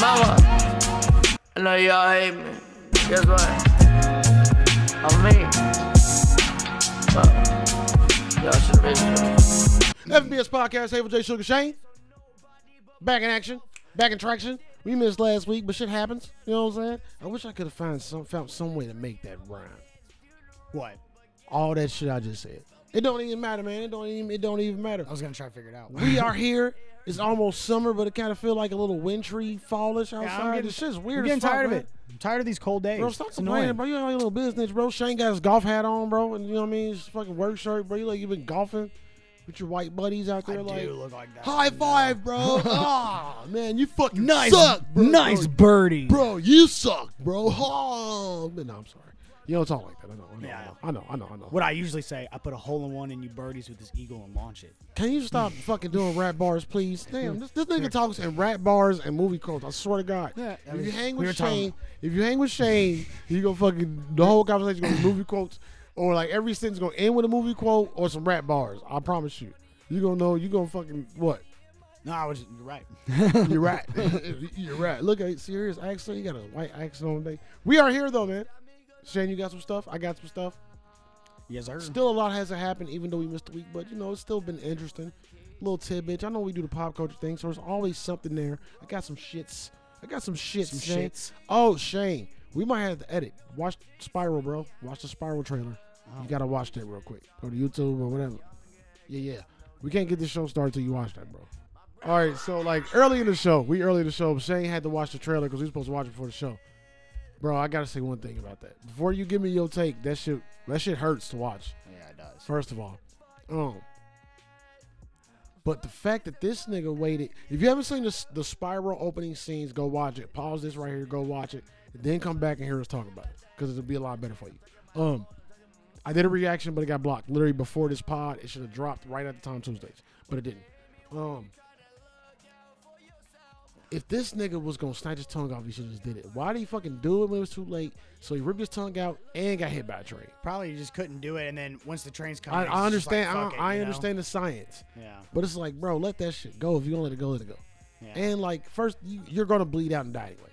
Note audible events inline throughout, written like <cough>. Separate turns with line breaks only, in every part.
mama. I know y'all hate me. Guess what? I'm me. But y'all should have
FBS Podcast, Havel J. Sugar Shane. Back in action, back in traction. We missed last week, but shit happens. You know what I'm saying? I wish I could have found some found some way to make that rhyme.
What?
All that shit I just said. It don't even matter, man. It don't even it don't even matter.
I was gonna try to figure it
<laughs>
out.
We are here. It's almost summer, but it kind of feel like a little wintry, fallish outside.
I'm getting-
this shit's
I'm
weird.
getting
as fuck,
tired of
man.
it. I'm tired of these cold days.
Bro, stop
it's annoying.
complaining, bro. You got your little business, bro. Shane got his golf hat on, bro, and you know what I mean. His fucking work shirt, bro. You like you been golfing with your white buddies out there,
I
like
do look like that.
high five,
<laughs>
bro. Ah, man, you fucking
Nice,
suck, bro.
nice
bro,
birdie.
bro. You suck, bro. Oh, no, I'm sorry. You know it's all like that. I know, I know,
Yeah,
I know, I know, I know. I know.
What I usually say, I put a hole in one and you birdies with this eagle and launch it.
Can you
<laughs>
stop fucking doing rap bars, please? Damn, this, this nigga talks in rap bars and movie quotes. I swear to God.
Yeah, I
if
mean,
you hang
we
with
were talking-
Shane, if you hang with Shane, you gonna fucking the whole conversation gonna be movie quotes or like every sentence gonna end with a movie quote or some rap bars. I promise you. You gonna know. You gonna fucking what?
No, I was
<laughs>
you're right.
You're right. You're right. Look at serious accent. You got a white accent on today. We are here though, man. Shane, you got some stuff. I got some stuff.
yes, sir.
Still, a lot hasn't happened, even though we missed a week. But you know, it's still been interesting. Little tidbits. I know we do the pop culture thing, so there's always something there. I got some shits. I got some shits.
Some
Shane.
shits.
Oh, Shane, we might have to edit. Watch Spiral, bro. Watch the Spiral trailer. You gotta watch that real quick. Go to YouTube or whatever. Yeah, yeah. We can't get this show started till you watch that, bro. All right, so like early in the show, we early in the show, Shane had to watch the trailer because we were supposed to watch it before the show. Bro, I gotta say one thing about that. Before you give me your take, that shit that shit hurts to watch.
yeah, it does.
First of all, um, but the fact that this nigga waited. If you haven't seen this, the Spiral opening scenes, go watch it. Pause this right here, go watch it, and then come back and hear us talk about it because it'll be a lot better for you. Um, I did a reaction, but it got blocked literally before this pod. It should have dropped right at the time Tuesdays, but it didn't. Um, if this nigga was gonna snatch his tongue off, he should have just did it. Why did he fucking do it when it was too late? So he ripped his tongue out and got hit by a train.
Probably you just couldn't do it, and then once the train's coming,
I,
it's
I
just like,
understand.
fuck
I,
it,
I
you know?
understand the science,
Yeah.
but it's like, bro, let that shit go. If you gonna let it go, let it go.
Yeah.
And like, first, you, you're gonna bleed out and die anyway.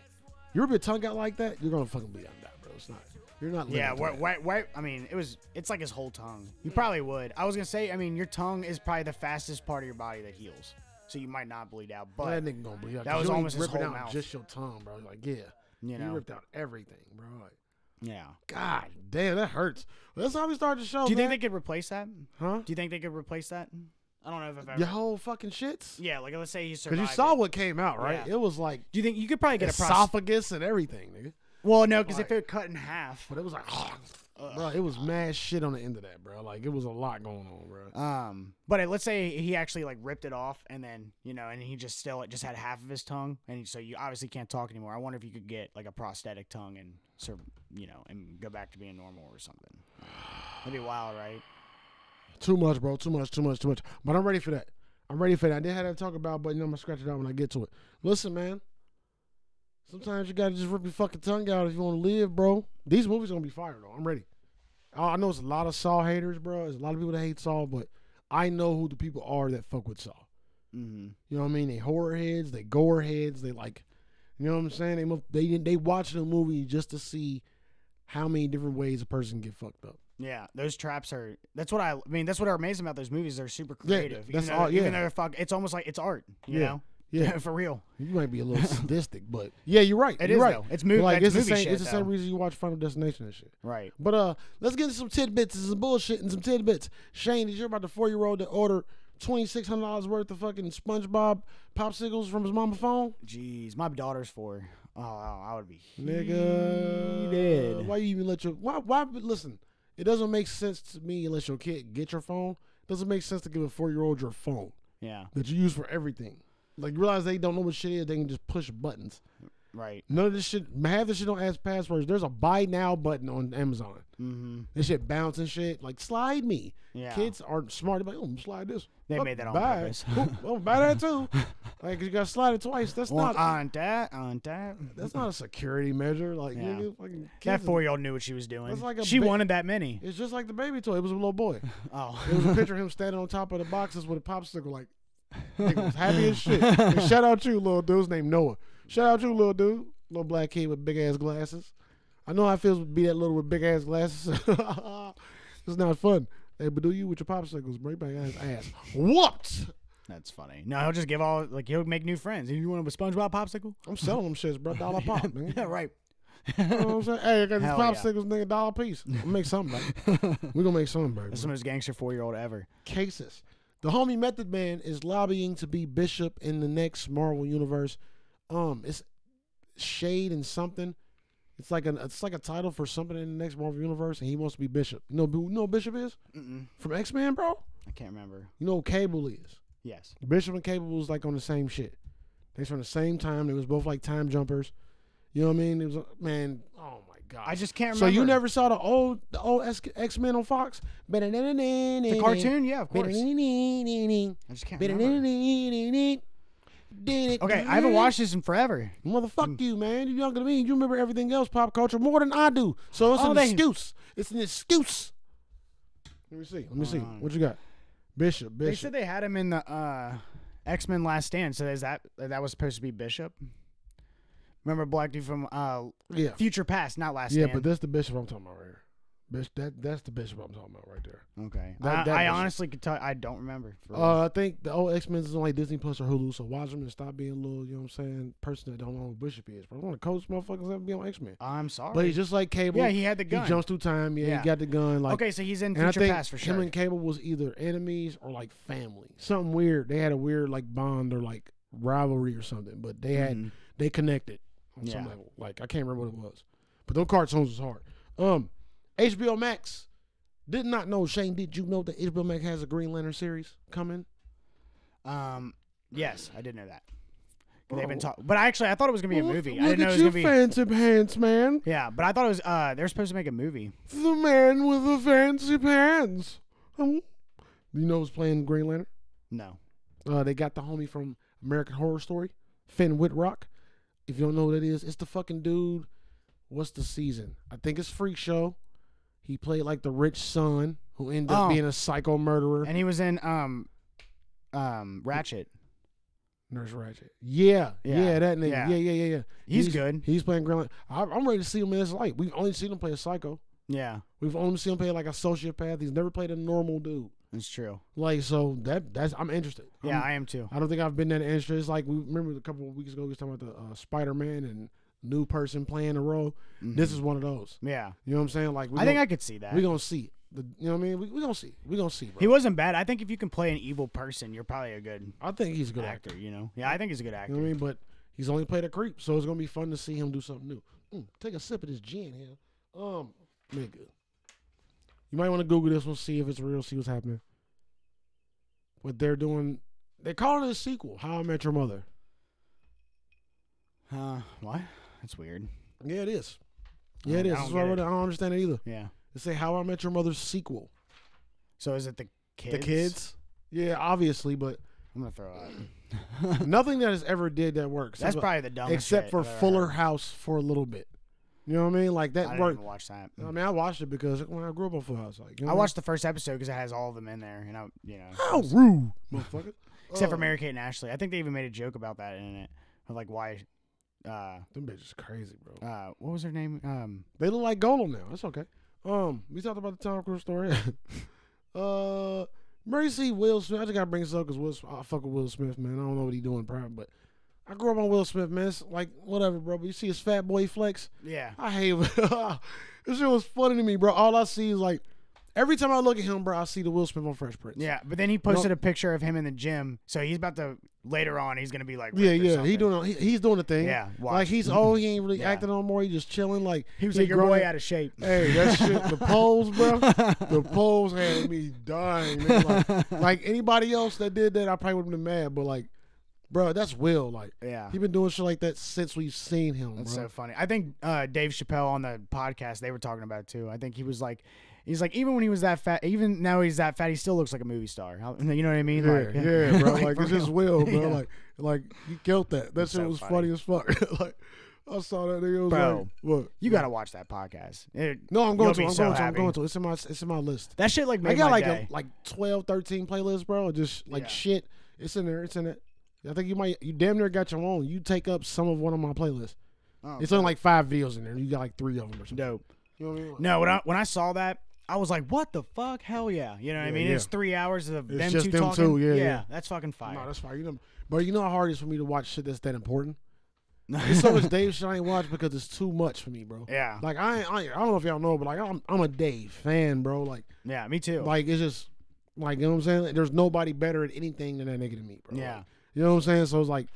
You rip your tongue out like that, you're gonna fucking bleed out and die, bro. It's not. You're not. living
Yeah,
through
why,
that.
why, why, I mean, it was. It's like his whole tongue. You probably would. I was gonna say. I mean, your tongue is probably the fastest part of your body that heals, so you might not bleed out. But
that nigga gonna bleed out.
that
'cause
was
you ain't
almost his
ripping
whole
out
mouth.
Just your tongue, bro. Like, yeah,
you
you
know,
ripped out everything, bro. Like,
yeah.
God damn, that hurts. That's how we started the show.
Do you think
Oh, man.
they could replace that?
Huh?
Do you think they could replace that? I don't know if I've ever.
Your whole fucking shits.
Yeah, like let's say he survived.
Because you saw
it.
what came out, right?
Yeah.
It was like
Do you think you could probably get a prosophagus?
esophagus and everything, nigga.
Well, no, because
Like-
if it would cut in half.
But it was like, <sighs> bro, it was mad shit on the end of that, bro. Like it was a lot going on, bro.
Um, but it, let's say he actually like ripped it off, and then you know, and he just still it just had half of his tongue, and so you obviously can't talk anymore. I wonder if you could get like a prosthetic tongue and sur- you know, and go back to being normal or something. That'd be wild, right?
Too much, bro. Too much. Too much. Too much. But I'm ready for that. I'm ready for that. I did have that talk about, but you know I'm gonna scratch it out when I get to it. Listen, man. Sometimes you gotta just rip your fucking tongue out if you want to live, bro. These movies gonna be fire though. I'm ready. I I know it's a lot of Saw haters, bro. There's a lot of people that hate Saw, but I know who the people are that fuck with Saw.
Mm-hmm.
You know what I mean? They horror heads, they gore heads, they like, you know what I'm saying? They must, they they watch the movie just to see how many different ways a person get fucked up.
Yeah, those traps are. That's what I, I mean. That's what are amazing about those movies. They're super
Yeah,
creative. even
that's
though-
all- yeah.
Even though they're fuck, it's almost like it's art. You
Yeah,
know? <laughs>
yeah.
for real.
<laughs> You might be a
<laughs>
little sadistic, but yeah, you're right.
It
you're
is,
right.
though. It's mov-
Like
that's
it's the
movie
same.
shit,
it's the same
though.
reason you watch Final Destination and shit.
Right.
But uh, let's get into some tidbits and some bullshit and some tidbits. Shane, did you hear about the four year old that ordered twenty six hundred dollars worth of fucking SpongeBob popsicles from his mama phone?
Jeez, my daughter's four. Oh, I would be.
Nigga,
Heated.
why you even let your why why listen? It doesn't make sense to me unless your kid get your phone. doesn't make sense to give a four year old your phone
Yeah.
that you use for everything. Like you realize they don't know what shit is. They can just push buttons.
Right.
None of this shit. Half this shit don't ask passwords. There's a buy now button on Amazon.
Mm-hmm.
This shit bounce and shit. Like slide me.
Yeah.
Kids are smart. They're like, oh, slide this.
They
Fuck,
made that on
buy it.
purpose.
Oh, well, buy that
<laughs>
too. Like 'cause you got slide it twice. That's
Well,
not.
on that, on that.
that's not a security measure. Like
Yeah.
nigga, fucking
That
kids are-
four year old knew what she was doing.
That's like a
she
ba-
wanted that many.
It's just like the baby toy. It was a little boy. It was
Oh.
a picture of him standing on top of the
<laughs>
boxes with a popsicle, like he was happy as shit. And shout out to you, little dude's named Noah. Shout out you, little dude, little black kid with big ass glasses. I know how it feels to be that little with big ass glasses. <laughs> it's not fun. Hey, but do you with your popsicles? Right back his ass. Whooped.
<laughs> That's funny. No, he'll just give all like he'll make new friends. You want a
<laughs>
SpongeBob popsicle?
I'm selling them shits, bro. Dollar pop, man.
Yeah, right.
You know what I'm saying? Hey, I got these
Hell yeah.
popsicles, nigga, dollar piece. We'll make something, baby. We're gonna make something, baby.
That's the most gangster four year old ever.
cases. The homie Method Man is lobbying to be Bishop in the next Marvel universe. Um, it's Shade and something. It's like an it's like a title for something in the next Marvel universe, and he wants to be Bishop. You know, who- you know who Bishop is
Mm-mm.
from X Men, bro.
I can't remember.
You know who Cable is.
Yes.
Bishop and Cable was like on the same shit. They was from the same time. They was both like time jumpers. You know what I mean? It was man. Oh my god.
I just can't
so
remember.
you never saw the old the old X Men on Fox?
the cartoon? Yeah, of course. I just can't remember.
Okay,
Okay, I haven't Mm. watched this in forever.
Motherfuck you, man. You're younger than me. You remember everything else, pop culture, more than I do. So it's
Oh,
an
they-
excuse. It's an excuse. Let me see. Let me see. What you got? Bishop,
They
Bishop.
said they had him in the uh, X Men Last Stand. So is that that was supposed to be Bishop? Remember black dude from uh,
yeah.
Future Past, not Last
Yeah,
Stand.
but that's the bishop I'm talking about right here. Bish, that, that's the bishop I'm talking about right there.
okay.
that-
I,
that
I
was-
honestly could tell. I don't remember. for real.
Uh, I think the old X Men is on like Disney Plus or Hulu, so watch them and stop being a little, you know what I'm saying, person that don't know who Bishop is. But I want to coach motherfuckers up to be on X Men.
I'm sorry.
But he's just like Cable.
yeah, he had the gun.
He jumps through time. Yeah,
Yeah.
he got the gun. Like,
okay, so he's
and
in
I
Future
think
Past for
him
sure.
and Cable was either enemies or like family. Something weird. They had a weird like bond or like rivalry or something. But they had
Mhm.
they connected on some
Yeah.
level. Like I can't remember what it was. But those cartoons was hard. Um, HBO Max. Did not know Shane. Did you know that HBO Max has a Green Lantern series coming?
Um, yes, I did know that. They've been
Oh.
talking, but I actually I thought it was gonna be a
Look-
movie.
Look
I didn't know it
at
was
you,
gonna be.
fancy pants man.
Yeah, but I thought it was. Uh, they're supposed to make a movie.
The man with the fancy pants. Um, you know who's playing Green Lantern?
No.
Uh, they got the homie from American Horror Story, Finn Whitrock. If you don't know who that is, it's the fucking dude. What's the season? I think it's Freak Show. He played like the rich son who ended up
Oh.
being a psycho murderer.
And he was in um, um, Ratchet.
Nurse Ratchet. Yeah, yeah,
Yeah,
that nigga. Yeah,
yeah.
yeah, yeah, yeah.
He's good.
He's playing Green Lantern. I, I'm ready to see him in this light. We've only seen him play a psycho.
Yeah,
We've only seen him play like a sociopath. He's never played a normal dude.
that's true.
Like so that that's I'm interested.
Yeah,
I'm-
I am too.
I don't think I've been that interested. It's like we remember a couple of weeks ago we was talking about the uh, Spider Man and new person playing the role. This is one of those.
Yeah,
You know what I'm saying? Like we
Mm-hmm. I think
gonna,
I could see that.
we gonna see. The, you know what I mean? We we gonna see. We gonna see, bro.
He wasn't bad. I think if you can play an evil person, you're probably a good
I think he's a good actor.
actor. You know? Yeah, I think he's a good
You
actor.
know what I mean? But he's only played a creep, so it's gonna be fun to see him do something new. Mm, take a sip of this gin here. Um, nigga, you might want to Google this one, see if it's real, see what's happening. What they're doing, they call it a sequel. How I Met Your Mother.
Uh, what? That's weird.
Yeah, it is. Yeah, it
I
is.
don't
That's why I,
get it.
really- I don't understand it either.
Yeah.
They say How I Met Your Mother's sequel.
So is it the kids?
The kids. Yeah, obviously, but
I'm gonna throw
<laughs>
up.
nothing that has ever did that works.
That's
Except-
probably the dumbest.
except
shit
for
I've ever
Fuller
heard.
House for a little bit. You know what I mean? Like
I
that
didn't
worked.
even watch that.
I mean, I watched it because when I grew up on Full House, like you know
I
what
watched the first episode because it has all of them in there, and I, you know,
How rude, motherfucker!
except for
Uh,
Mary Kate and Ashley. I think they even made a joke about that in it, of like why, uh,
Them bitches crazy, bro.
uh, what was her name? Um,
They look like Golem now. That's okay. Um, we talked about the Tom Cruise
<laughs>
story. uh, Murray C. Will Smith. I just gotta bring this up because Will. Smith- I fuck with Will Smith, man. I don't know what he doing, prime, but I grew up on Will Smith, man. It's like whatever, bro. But you see his fat boy flex.
yeah,
I hate. <laughs> this shit was funny to me, bro. All I see is like every time I look at him, bro, I see the Will Smith on Fresh Prince.
yeah. But then he posted a picture of him in the gym, so he's about to later on. He's gonna be like,
Yeah,
ripped or
yeah, he
something.
doing he, he's doing the thing.
Yeah, watch. Mm-hmm.
like he's old. He ain't really
Yeah.
acting no more. He just chilling. Like
He was like, your
grown
boy
up-
out of shape.
Hey, that shit, the polls, bro. The polls had me dying. man. Like, like anybody else that did that, I probably would have been mad. But like, bro, that's Will. Like,
Yeah.
he been doing shit like that since we've seen him,
That's
bro.
<laughs> so funny. I think uh, Dave Chappelle on the podcast they were talking about it too. I think he was like, he's like even when he was that fat, even now he's that fat, he still looks like a movie star. How- <laughs> You know what I mean?
yeah,
<laughs> like,
yeah, bro. Like,
for
it's just
real.
Will, bro.
Yeah.
Like, like you killed that. That shit
so
was funny.
funny.
as fuck. <laughs> like, I saw that nigga. I Was
Bro.
like, what?
you gotta watch that podcast. It-
No, I'm
you'll
going to.
be
I'm
so
going to. I'm
happy.
going to. It's in my. It's in my list.
That shit like made
I got
my
like
day.
a, like 12, 13 playlists, bro. Just like
Yeah.
shit. It's in there. It's in it. I think you might. You damn near got your own. You take up some of one of my playlists.
Oh,
It's only like five videos in there. You got like three of them or something.
dope.
You know what I mean?
No, when I when I saw that, I was like, "What the fuck? Hell yeah!" You know what I
Yeah,
mean?
yeah.
It's three hours of
It's
them
just
two
them
talking.
two, yeah,
yeah,
yeah.
that's fucking
No,
fire.
that's fine. You know, but you know how hard it is for me to watch shit that's that important.
<laughs>
There's so much Dave shit I ain't watch because it's too much for me, bro.
yeah,
Like I, ain't- I, ain't- I don't know if y'all know, but like I'm, I'm a Dave fan, bro. Like,
yeah, me too.
like it's just, like you know what I'm saying. Like, there's nobody better at anything than that nigga to me, bro.
yeah,
Like, you know what I'm saying. So it's like,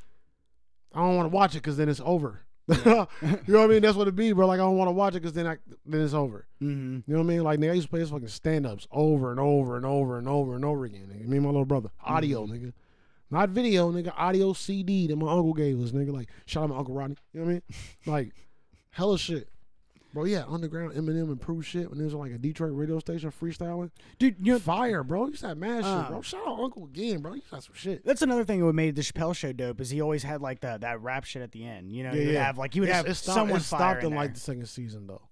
I don't want to watch it because then it's over. <laughs> you know what I mean? That's what it be, bro. Like I don't want to watch it because then I, then it's over.
mm-hmm.
You know what I mean? Like nigga, I used to play his fucking stand ups over and over and over and over and over again. Nigga. Me and my little brother. Audio, nigga. Not video, nigga. Audio CD that my uncle gave us, nigga. Like, shout out my uncle Rodney. You know what I mean? like, hella shit. Bro, yeah, underground Eminem improved shit when there's like a Detroit radio station freestyling.
dude. You know,
Fire, bro. You said mad shit,
Uh.
bro. Shout out Uncle again, bro. You got some shit.
that's another thing that made the Chappelle show dope is he always had like the that rap shit at the end. You know,
Yeah,
he would
yeah.
have like he would
It's-
have
it stopped,
someone
it stopped
fire in
like
like.
the second season though.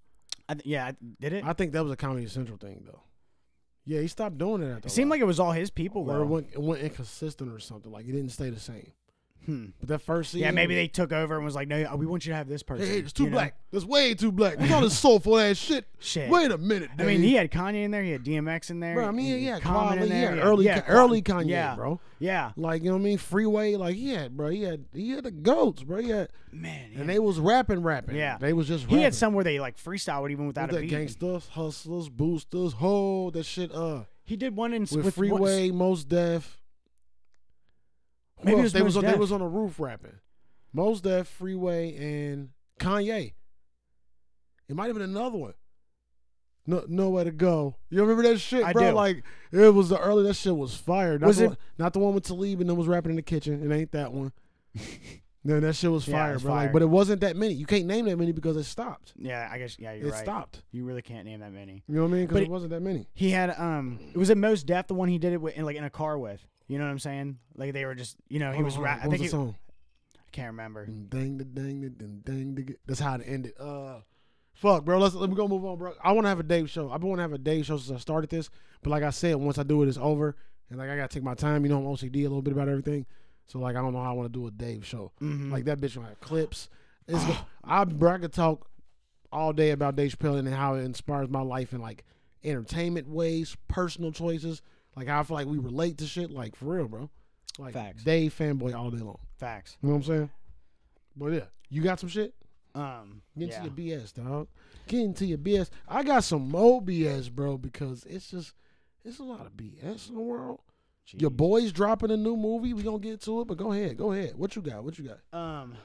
I th- yeah, I- did it?
I think that was a Comedy Central thing though. Yeah, he stopped doing it. After
It seemed like it was all his people
or it
though.
went, it went inconsistent or something. Like it didn't stay the same.
Hmm.
But that first season,
Yeah, maybe they took over and was like, "No, uh, we want you to have this person."
Hey, hey, it's too
you know?
black. That's way too black. Look at
<laughs>
all this soulful ass shit.
Shit.
Wait a minute.
I
Dave.
mean, he had Kanye in there. He had DMX in there.
Bro, I mean,
he
yeah,
had Common
Kanye,
in there.
yeah,
he had-
early,
yeah,
early
Quan-
Kanye,
yeah,
bro.
Yeah,
Like you know what I mean? Freeway, like he had, bro. He had, he had the goats, bro. He had,
man.
and they was rapping, rapping.
Yeah.
they was just. Rapping.
He had some where they like freestyled even
What
without a
that
beat.
gangsters, hustlers, boosters, ho, that shit. Uh,
He did one in
with,
with
Freeway, Most Def. Who
Maybe it
else?
was
they was
Mos
on, they
Def.
was on the roof rapping. Most Def, Freeway, and Kanye. It might have been another one. No, nowhere to go. You remember that shit,
I
bro?
do.
Like it was the early. That shit was fire. Not
Was
the
it-
one, not the one with Talib and them was rapping in the kitchen. It ain't that
<laughs>
one. no, that shit was
Yeah, it
fire,
was
bro. Like,
fire.
but it wasn't that many. You can't name that many because it stopped.
yeah, I guess yeah, you're
it
right.
stopped.
You really can't name that many.
You know what I mean? Because
But
it,
it-
wasn't that many.
He had um, it was at most deaf the one he did it with, in, like in a car with. You know what I'm saying? Like they were just, you know, he
Hold
was.
on,
Ra- I
Oh, what was
think
the
he,
song?
I can't remember.
Ding, ding, ding, ding, ding, ding, ding. That's how it ended. Uh, fuck, bro. Let's let me go move on, bro. I want to have a Dave show. I've been want to have a Dave show since I started this. But like I said, once I do it, it's over. And like I gotta take my time. You know, I'm OCD a little bit about everything. So like I don't know how I want to do a Dave show.
Mhm.
Like that bitch gonna have clips. It's go- I bro, I could talk all day about Dave Chappelle and how it inspires my life in like entertainment ways, personal choices. Like how I feel like we relate to shit. Like for real, bro. Like
Facts.
Dave fanboy all day long.
Facts.
You know what I'm saying? But yeah, you got some shit.
Um,
Get
yeah.
into your BS, dog. Get into your BS. I got some more BS, bro, because it's just it's a lot of BS in the world. Your
Jeez.
boy's dropping a new movie. We gonna get to it, but go ahead, go ahead. What you got? What you got?
Um,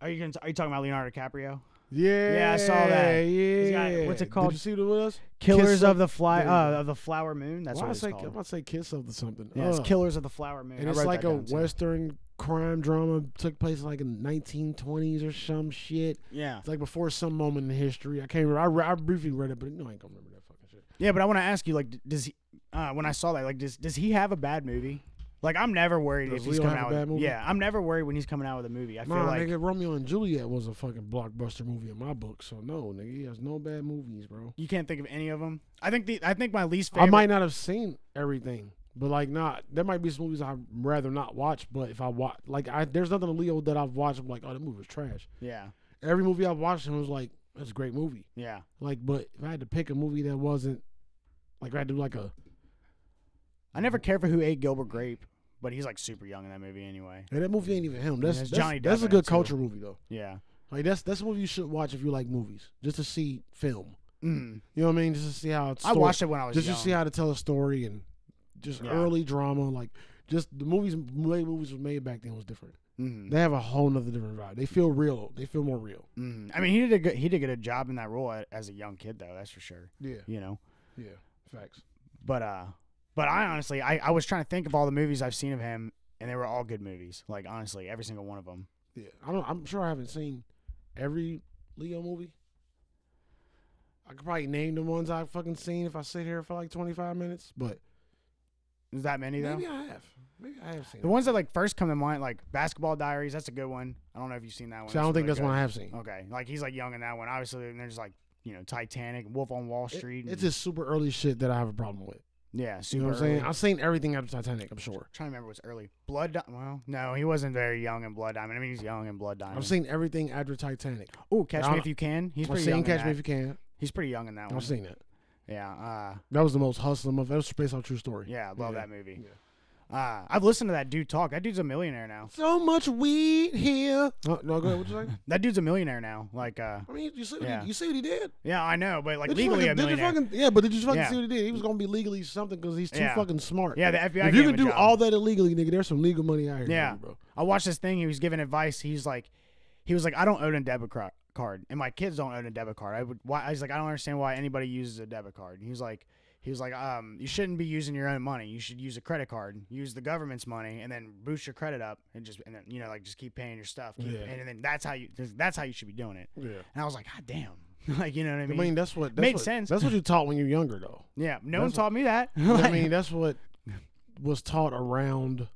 are you gonna are you talking about Leonardo DiCaprio?
Yeah,
I saw that. He's got-
Yeah,
what's it called?
Did you see the what else?
Killers
Kiss
of the Fly
there you
uh,
go.
of the Flower Moon. That's
Why
what
I
it's
say, I'm
called.
about to say kiss of the something.
Yeah, it's
Uh,
Killers of the Flower Moon.
And
I
it's
wrote
like
that
a
down, too.
western crime drama. Took place like in 1920s or some shit.
Yeah,
It's like before some moment in history. I can't remember. I, re- I briefly read it, but no, I ain't gonna remember that fucking shit.
yeah, but I want to ask you, like, d- does he? Uh, when I saw that, like, does does he have a bad movie? Like, I'm never worried
Does
if he's
Leo
coming
have
out.
a
With,
bad movie?
Yeah, I'm never worried when he's coming out with a movie. I feel
Nah,
like
nigga, Romeo and Juliet was a fucking blockbuster movie in my book. So no, nigga, he has no bad movies, bro.
you can't think of any of them. I think the I think my least
I
favorite.
might not have seen everything, but like, not there might be some movies I'd rather not watch. But if I watch, like, I there's nothing of Leo that I've watched. I'm like, oh, that movie was trash.
Yeah,
Every movie I've watched him was like, that's a great movie.
yeah,
Like, but if I had to pick a movie that wasn't, like, if I had to do like a
I never care for who ate Gilbert Grape, but he's like super young in that movie anyway.
and that movie ain't even him. That's
that's
that's,
Johnny
that's
Depp
a
in it,
good
too.
culture movie though.
Yeah,
Like that's that's what you should watch if you like movies, just to see film.
mm.
You know what I mean? Just to see how it's.
I watched it when I was
Just
young.
to see how to tell a story and just
Yeah.
early drama, like just the movies. The way movies was made back then was different.
Mhm,
They have a whole nother different vibe. They feel real. They feel more real.
mhm. I mean, he did a good he did a good job in that role a- as a young kid though. That's for sure.
Yeah,
You know,
yeah, facts.
But uh but I honestly I, I was trying to think of all the movies I've seen of him and they were all good movies. Like honestly, every single one of them.
Yeah, I don't. I'm sure I haven't seen every Leo movie. I could probably name the ones I've fucking seen if I sit here for like 25 minutes, but
Is that many though?
maybe I have. Maybe I have seen.
The
it.
ones that like first come to mind like Basketball Diaries, that's a good one. I don't know if you've seen that one.
See, I don't
It's
think
really
that's one I have seen.
good. Okay. Like he's like young in that one. Obviously and there's like, you know, Titanic, Wolf on Wall
It-
Street.
it's
and-
just super early shit that I have a problem with.
Yeah, super.
You know what I'm saying?
early.
I've seen everything after Titanic. I'm sure.
trying to remember what's early. Blood. Di- well, no, he wasn't very young in Blood Diamond. I mean, he's young in Blood Diamond.
I've seen everything after Titanic.
Oh, Catch
I
Me
don't-
If You Can. He's
I've
pretty young.
seen
in
Catch
that.
Me If You Can.
He's pretty young in that one.
I've seen that.
Yeah. Uh,
That was the most hustling motherfucker. That was based off true story.
yeah. Love
Yeah.
that movie. Uh, I've listened to that dude talk. That dude's a millionaire now.
So much weed here. Oh, no, go ahead. What you say?
<laughs> That dude's a millionaire now. Like, uh,
I mean, you see what
Yeah.
he, you see what he did.
yeah, I know, but like
Did you
legally
fucking-
a
did you
millionaire.
fucking- yeah, but did you fucking
Yeah.
see what he did? He was gonna be legally something because he's too
Yeah.
fucking smart.
Yeah, the FBI
If you can
gave him a
do
job.
all that illegally, nigga, there's some legal money out here. for
Yeah.
you, bro.
I watched this thing. He was giving advice. He's like, he was like, I don't own a debit cra- card, and my kids don't own a debit card. I would. Why? I was like, I don't understand why anybody uses a debit card. And he was like, he was like, um, you shouldn't be using your own money. You should use a credit card. Use the government's money, and then boost your credit up, and just and then you know like just keep paying your stuff. keep-
Yeah.
And then that's how you that's how you should be doing it.
Yeah.
And I was like, God damn, <laughs> like you know what I
I
mean?
mean, that's what that's
Made
what-
sense.
That's what you taught when you're younger, though.
yeah. No one
that's
taught me that. <laughs>
I mean, that's what was taught around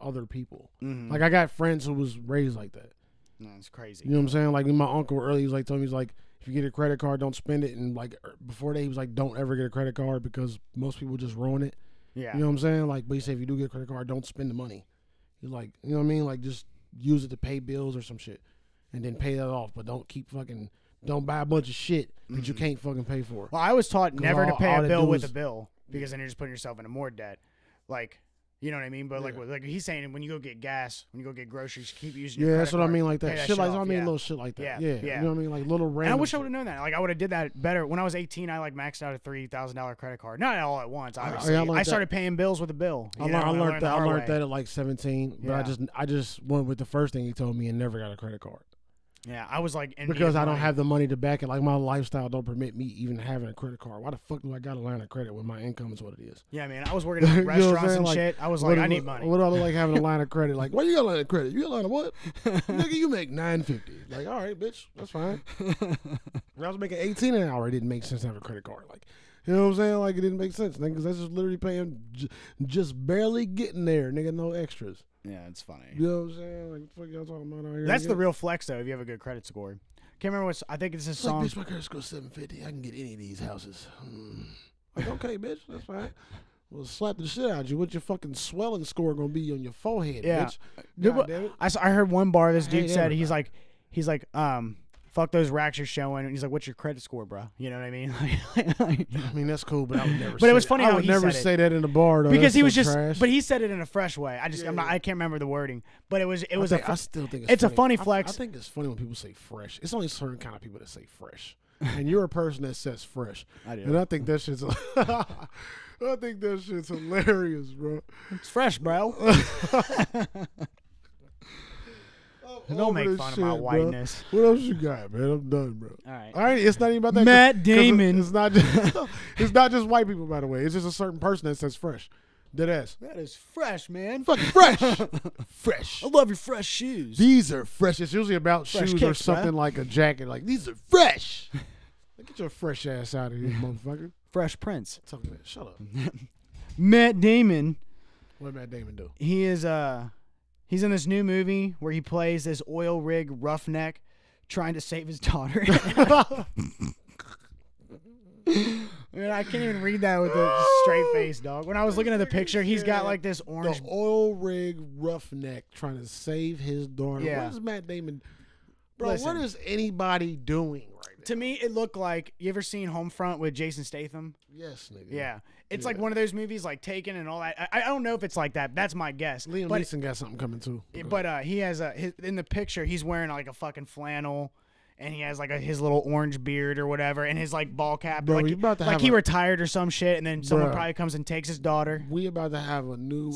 other people.
Mhm.
Like I got friends who was raised like that.
No, it's crazy.
You know what I'm saying? Like my uncle early, he was like telling me, he's like, if you get a credit card, don't spend it. And like er, before that, he was like, don't ever get a credit card because most people just ruin it.
Yeah.
You know what I'm saying? Like, but he said if you do get a credit card, don't spend the money. He's like, you know what I mean? Like just use it to pay bills or some shit, and then pay that off. But don't keep fucking, don't buy a bunch of shit that you can't fucking pay for.
Well, I was taught never to
all-
pay
all
a
they
bill
do
with
is-
a bill because then you're just putting yourself into more debt. Like, you know what I mean? But like,
Yeah.
what- like he's saying, when you go get gas, when you go get groceries, keep using.
Yeah,
your
that's
credit
what I
card,
mean. Like
pay
that shit, like
off,
I mean,
yeah.
little shit like that.
Yeah,
Yeah,
yeah.
You know what I mean? Like little
And
random.
I wish I
shit.
would have known that. Like, I would have did that better when I was 18. I like maxed out a three thousand dollar credit card. Not all at once, obviously. I,
I learned that.
started paying bills with a bill.
I, learned,
you
I
know, and
learned
the
that. I
hard
learned
way.
that at like 17, but
Yeah.
I just I just went with the first thing he told me and never got a credit card
Yeah, I was like, in need
because
of
I don't
money.
have the money to back it. Like my lifestyle don't permit me even having a credit card. Why the fuck do I got a line of credit when my income is what it is?
Yeah, man, I
<laughs>
was working at
You know what I'm
restaurants
saying?
and
Like,
shit. I was
what
like,
do-
I need
what-
money.
What do I look like having a
<laughs>
line of credit? Like, why you got a line of credit? You got a line of what? Nigga, you make nine fifty. Like, all right, bitch, that's
<laughs>
fine. when I was making eighteen an hour, it didn't make sense to have a credit card. Like, you know what I'm saying? Like, it didn't make sense, nigga, because that's just literally paying, j- just barely getting there, nigga. No extras.
Yeah, it's funny.
You know what I'm saying? Like, what the fuck y'all talking about out here?
That's the
nigga?
real flex, though. If you have a good credit score, can't remember what's. I think it's a
It's like,
song.
bitch, my credit score's seven fifty. I can get any of these houses. Hmm. Like, okay, bitch, that's fine. Well, slap the shit out of you. What's your fucking swelling score gonna be on your forehead,
Yeah.
bitch?
Dude,
God
but
damn it.
I, s- I heard one bar. This
I
dude
hate
said he's like, he's like, um, fuck those racks you're showing. And he's like, what's your credit score, bro? You know what I mean? <laughs> Like,
I mean, that's cool, but I would never.
But it
say
was
that.
funny
I
how
would
he
never
said it.
say that in a bar though.
because
That's
he
so
was just,
trash.
but he said it in a fresh way. I just, I'm not,
Yeah.
I can't remember the wording, but it was, it was
I,
a,
think- I still think it's,
it's a funny
funny. I-
flex.
I, think it's funny when people say fresh. It's only certain kind of people that say fresh, and you're a person that says fresh.
I do.
and I think that shit's. <laughs> I think that shit's hilarious, bro.
it's fresh, bro.
I'm
Don't
over
make
this
fun of my
shit, bro.
whiteness.
What else you got, man? I'm done, bro.
All right.
All right, it's not even about that. 'cause-
Matt
'cause
Damon.
It, it's not. Just, <laughs> it's not just white people, by the way. It's just a certain person that says fresh. Dead ass.
<laughs> That is fresh, man.
Fucking
<laughs>
fresh, fresh.
I love your fresh shoes.
These are fresh. It's usually about
Fresh
shoes or
kicks,
something
bruh.
like a jacket. Like these are
<laughs>
fresh. Like, Get your fresh ass out of here, motherfucker.
fresh Prince.
Talking about, shut
<laughs>
up.
Matt Damon.
What Matt Damon
<laughs>
do?
he is uh he's in this new movie where he plays this oil rig roughneck trying to save his <laughs> daughter. Man, I can't even read that with a straight face, dog. When I was looking at the picture, he's got like
<laughs>
this
The
orange.
oil rig roughneck trying to save his daughter.
Yeah.
What is Matt Damon? Bro,
Listen.
what is anybody doing right now?
To me, it looked like you ever seen Homefront with Jason Statham?
Yes, nigga.
Yeah, it's like
Yeah.
one of those movies like Taken and all that. I, I don't know if it's like that. That's my guess.
Liam
but
Neeson got something coming too.
Yeah, But uh, he has a his, in the picture he's wearing like a fucking flannel, and he has like a, his little orange beard or whatever, and his like ball cap.
Bro,
like
you about to
like
have
he
a-
retired or some shit, and then someone
Bruh.
probably comes and takes his daughter.
we about to have a new wave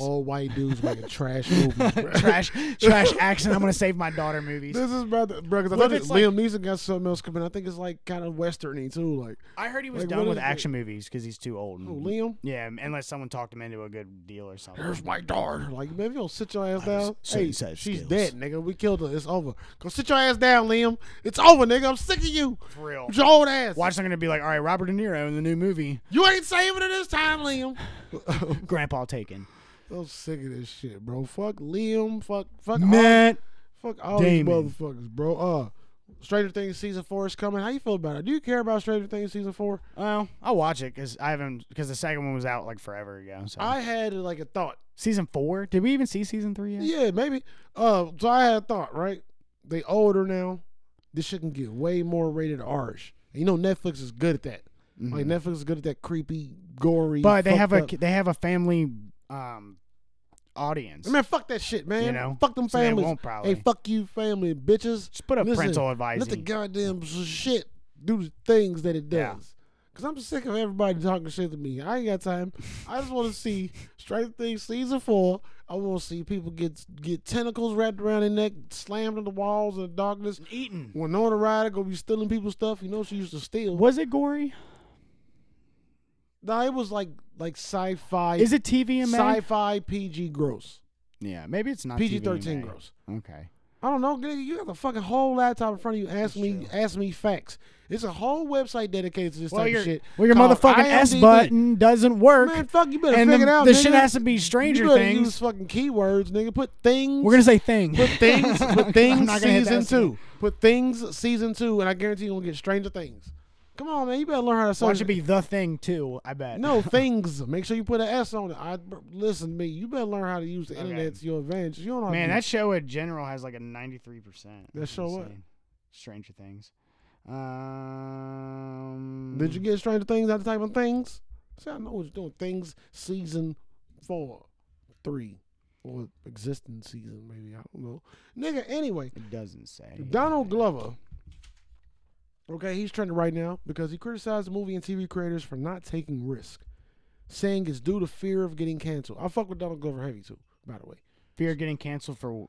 of all white
<laughs>
dudes making trash movies, bro. <laughs>
trash, trash action. I'm gonna save my daughter. Movies.
This is about the, bro. Because I
What if
thought that
it's
Liam
like-
Neeson got something else coming. I think it's like kind of westerny too. Like
I heard he was
Like,
done
what
with
is it?
action movies because he's too old.
oh, Liam,
Yeah, unless someone talked him into a good deal or something.
here's my daughter. Like man, if you don't sit your ass
have
down, hey, she's
suicide skills.
dead, nigga. We killed her. It's over. Go sit your ass down, Liam. It's over, nigga. I'm sick of you.
For real.
Your old ass.
Watch, I'm gonna be like, all right, Robert De Niro in the new movie,
You ain't saving her this time, Liam.
Grandpa Taken.
I'm sick of this shit, bro. Fuck Liam. Fuck fuck all
Matt
Fuck all
Damon.
these motherfuckers, bro. Uh, Stranger Things season four is coming. How you feel about it? Do you care about Stranger Things season four?
Well, I'll watch it because I haven't because the second one was out like forever ago. So
I had like a thought.
season four? Did we even see season three yet?
Yeah, maybe. Uh, so I had a thought. Right, they older now. This shit can get way more rated Rish. And you know Netflix is good at that.
Mm-hmm.
Like Netflix is good at that creepy, gory.
But they
fucked
have a
up-
they have a family um audience.
Man, fuck that shit, man.
You know?
fuck them
So they
families.
won't
hey,
probably.
fuck you, family, bitches.
Just put a
Listen,
<laughs> parental
Let the
advisory.
goddamn s- shit do the things that it does.
Yeah.
Cause I'm sick of everybody talking shit to me. I ain't got time. I just want to see Stranger Things season four. I want to see people get get tentacles wrapped around their neck, slammed on the walls in the darkness.
Eaten.
When Winona Ryder gonna be stealing people's stuff. You know she used to steal.
Was it gory?
Nah, it was like like sci-fi.
Is it TVMA?
sci-fi PG gross?
yeah, maybe it's not
PG thirteen
TVMA.
gross.
Okay.
I don't know. nigga, You got the fucking whole laptop in front of you. Ask me, ask me facts. It's a whole website dedicated to this
Well,
type
your,
of shit.
well, your
called
motherfucking S
IMDb.
button doesn't work.
Man, fuck, you better
and
figure
the,
it out.
the
nigga.
shit has to be
you
Stranger
better
Things.
Use fucking keywords, nigga. Put things.
We're gonna say thing. <laughs>
put things. Put
I'm
things.
not gonna hit
season
that. E.
two. Put things. Season two, and I guarantee you're gonna get Stranger Things. Come on, man. You better learn how to search.
Why should be the thing too? I bet.
No things. Make sure you put an S on it. I listen to me. You better learn how to use the internet to your advantage. You don't know. how to
Man,
do-
that show in general has like a ninety-three percent.
That show what?
Stranger Things. Um,
Did you get Stranger Things? That type of things. See, I know what you're doing. Things season four, three, or existing season maybe. I don't know, nigga. Anyway,
It doesn't say.
Donald Glover. Okay, he's trending right now because he criticized movie and TV creators for not taking risk, saying it's due to fear of getting canceled. I fuck with Donald Glover heavy too. By the way,
Fear of getting canceled for.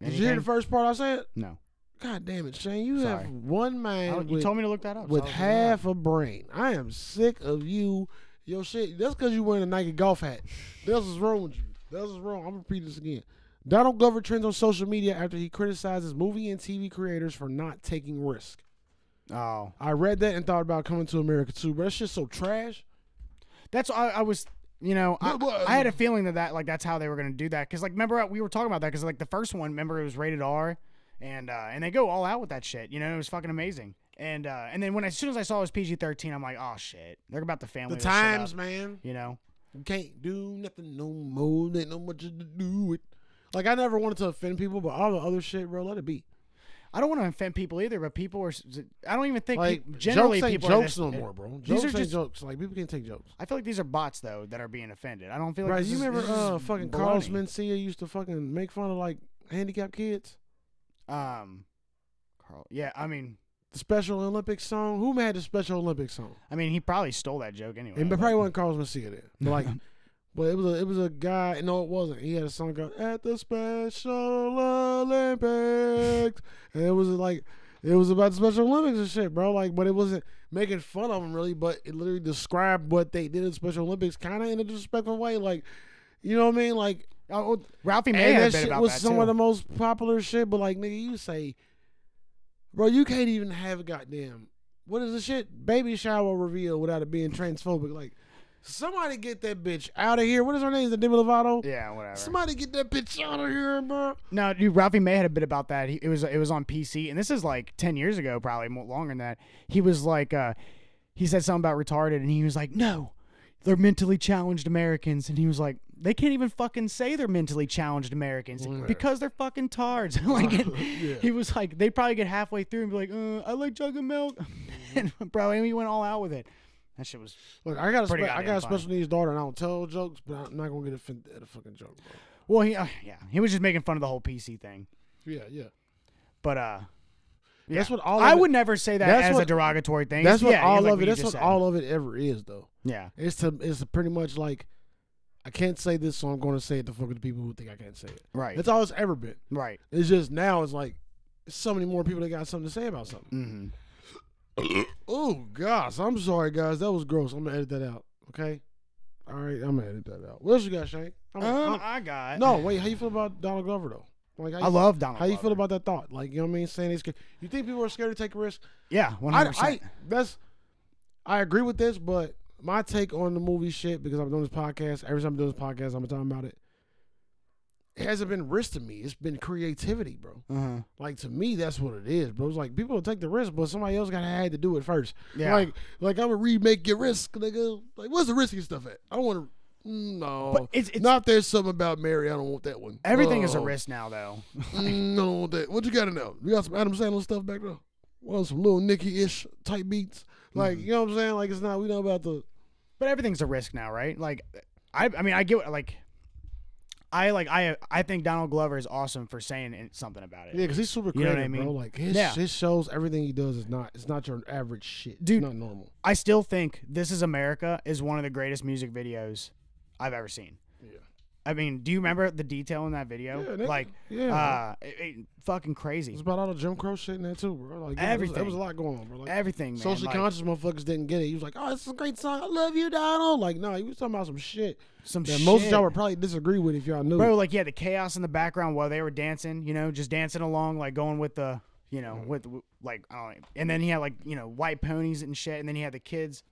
did you hear the
anything?
first part I said?
No.
God damn it, Shane! You
Sorry.
have one
I-
mind.
you
with-
told me to look that up. so I
with
was looking it up.
half a brain. I am sick of you. Yo, shit. That's because you wearing a Nike golf hat. That's what's wrong with you. That's what's wrong. I'm gonna repeat this again. Donald Glover trends on social media after he criticizes movie and TV creators for not taking risk.
Oh,
I read that and thought about coming to America too, but that shit's so trash.
that's I, I was. You know, I,
No, but-
I had a feeling that that like that's how they were gonna do that because like remember uh, we were talking about that because like the first one remember it was rated R, and uh, and they go all out with that shit. You know, it was fucking amazing. And uh, and then when as soon as I saw it was PG thirteen, I'm like, oh shit, they're about to family
The
this shit up,
times, man.
You know,
You can't do nothing no more. Ain't no much to do it. Like I never wanted to offend people, but all the other shit, bro, let it be.
I don't want to offend people either, but people are. s- I don't even think
Like
peop- generally
jokes ain't
people are
jokes
this-
no more, bro.
These
Jokes
are
ain't
just-
jokes. Like people can't take jokes.
I feel like these are bots though that are being offended. I don't feel like.
Right,
this
you
is-
remember
this is
uh fucking
baloney.
Carlos Mencia used to fucking make fun of like handicapped kids?
Um, Carl. Yeah, I mean,
The Special Olympics song. Who had the Special Olympics song?
I mean, he probably stole that joke anyway.
And it
but-
probably wasn't Carlos Mencia there. But like but it was a it was a guy no it wasn't. He had a song called At the Special Olympics and it was like it was about the Special Olympics and shit, bro. Like but it wasn't making fun of them really, but it literally described what they did at the Special Olympics kinda in a disrespectful way. Like you know what I mean? Like
Oh, well, Ralphie
And
May had a
that
bit
shit
about
was
that
some
too.
of the most popular shit. But like, nigga, you say, bro, you can't even have a goddamn what is the shit baby shower reveal without it being transphobic. Like, somebody get that bitch out of here. What is her name? Is it Demi Lovato?
yeah, whatever.
Somebody get that bitch out of here, bro.
No, dude, Ralphie May had a bit about that. He, it was it was on PC, and this is like ten years ago, probably more longer than that. He was like, uh, he said something about retarded, and he was like, no, they're mentally challenged Americans, and he was like, they can't even fucking say they're mentally challenged Americans because they're fucking tards. <laughs> like,
<laughs>
and he was like, they probably get halfway through and be like, uh, I like jug of milk, <laughs> and bro, and he went all out with it. That shit was
Look, I got a spe-
Pretty
I got
goddamn
a special needs daughter, and I don't tell jokes, but I'm not gonna get offended at a fucking joke, bro.
well, he uh, yeah, he was just making fun of the whole PC thing,
Yeah, yeah.
but uh.
That's what all. Of
I
it-
would never say that
that's
as a
what-
derogatory thing.
That's what
Yeah,
all
like
of it.
you
That's what
just said.
all of it ever is, though.
Yeah.
It's to it's to pretty much like I can't say this, so I'm going to say it to fucking the people who think I can't say it.
Right.
That's all it's ever been.
right.
It's just now it's like so many more people that got something to say about something.
Mm-hmm.
Oh gosh, I'm sorry guys, that was gross. I'm gonna edit that out. Okay, all right, I'm gonna edit that out. What else you got, Shane? I'm,
Um,
I'm-
I got.
no, wait, how you feel about Donald Glover though? Like, how you,
I love Donald.
how you feel
Glover.
about that thought? Like, you know what I mean? Saying he's scared. You think people are scared to take risks?
Yeah, one
I,
hundred
I
percent.
that's I agree with this, but my take on the movie shit because I'm doing this podcast. Every time I'm doing this podcast, I'm talking about it. it hasn't been risk to me. It's been creativity, bro.
Uh-huh.
Like to me, that's what it is, bro. It's like people will take the risk, but somebody else gotta had to do it first.
Yeah.
Like, like I'm gonna remake your risk, nigga. Like, what's the risky stuff at? I want to. No,
But it's- it's-
not. There's something about Mary. I don't want that one.
Everything is a
Oh,
risk now, though. <laughs>
mm, I don't want that. What you gotta know? You got some Adam Sandler stuff back there. Well, some little Nicky ish type beats. Like, you know what I'm saying? Like, it's not. We know about the.
But everything's a risk now, right? Like, I, I mean, I get what, like, I like, I, I think Donald Glover is awesome for saying it- something about it.
Yeah, because he's super
You know
creative,
what I mean?
bro. Like his,
Yeah.
his shows, everything he does is not it's not your average shit. Dude,
Dude.
not normal.
I still think "This Is America" is one of the greatest music videos I've ever seen.
Yeah.
I mean, do you remember the detail in that video?
Yeah, nigga.
like,
Yeah.
uh, it, it- fucking
It's
crazy.
about all the Jim Crow shit in there too, bro. Like yeah, there was- There was,
Everything.
a lot going on, bro. Like,
Everything, man.
socially
like,
conscious motherfuckers didn't get it. He was like, "Oh, this is a great song. I love you, Donald." Like, no, he was talking about some shit
some
that
shit.
most of y'all would probably disagree with if y'all knew.
bro. Like, yeah, the chaos in the background while they were dancing. You know, just dancing along, like going with the, you know,
Mm.
with w- like, I don't know. And then he had like, you know, white ponies and shit. And then he had the kids.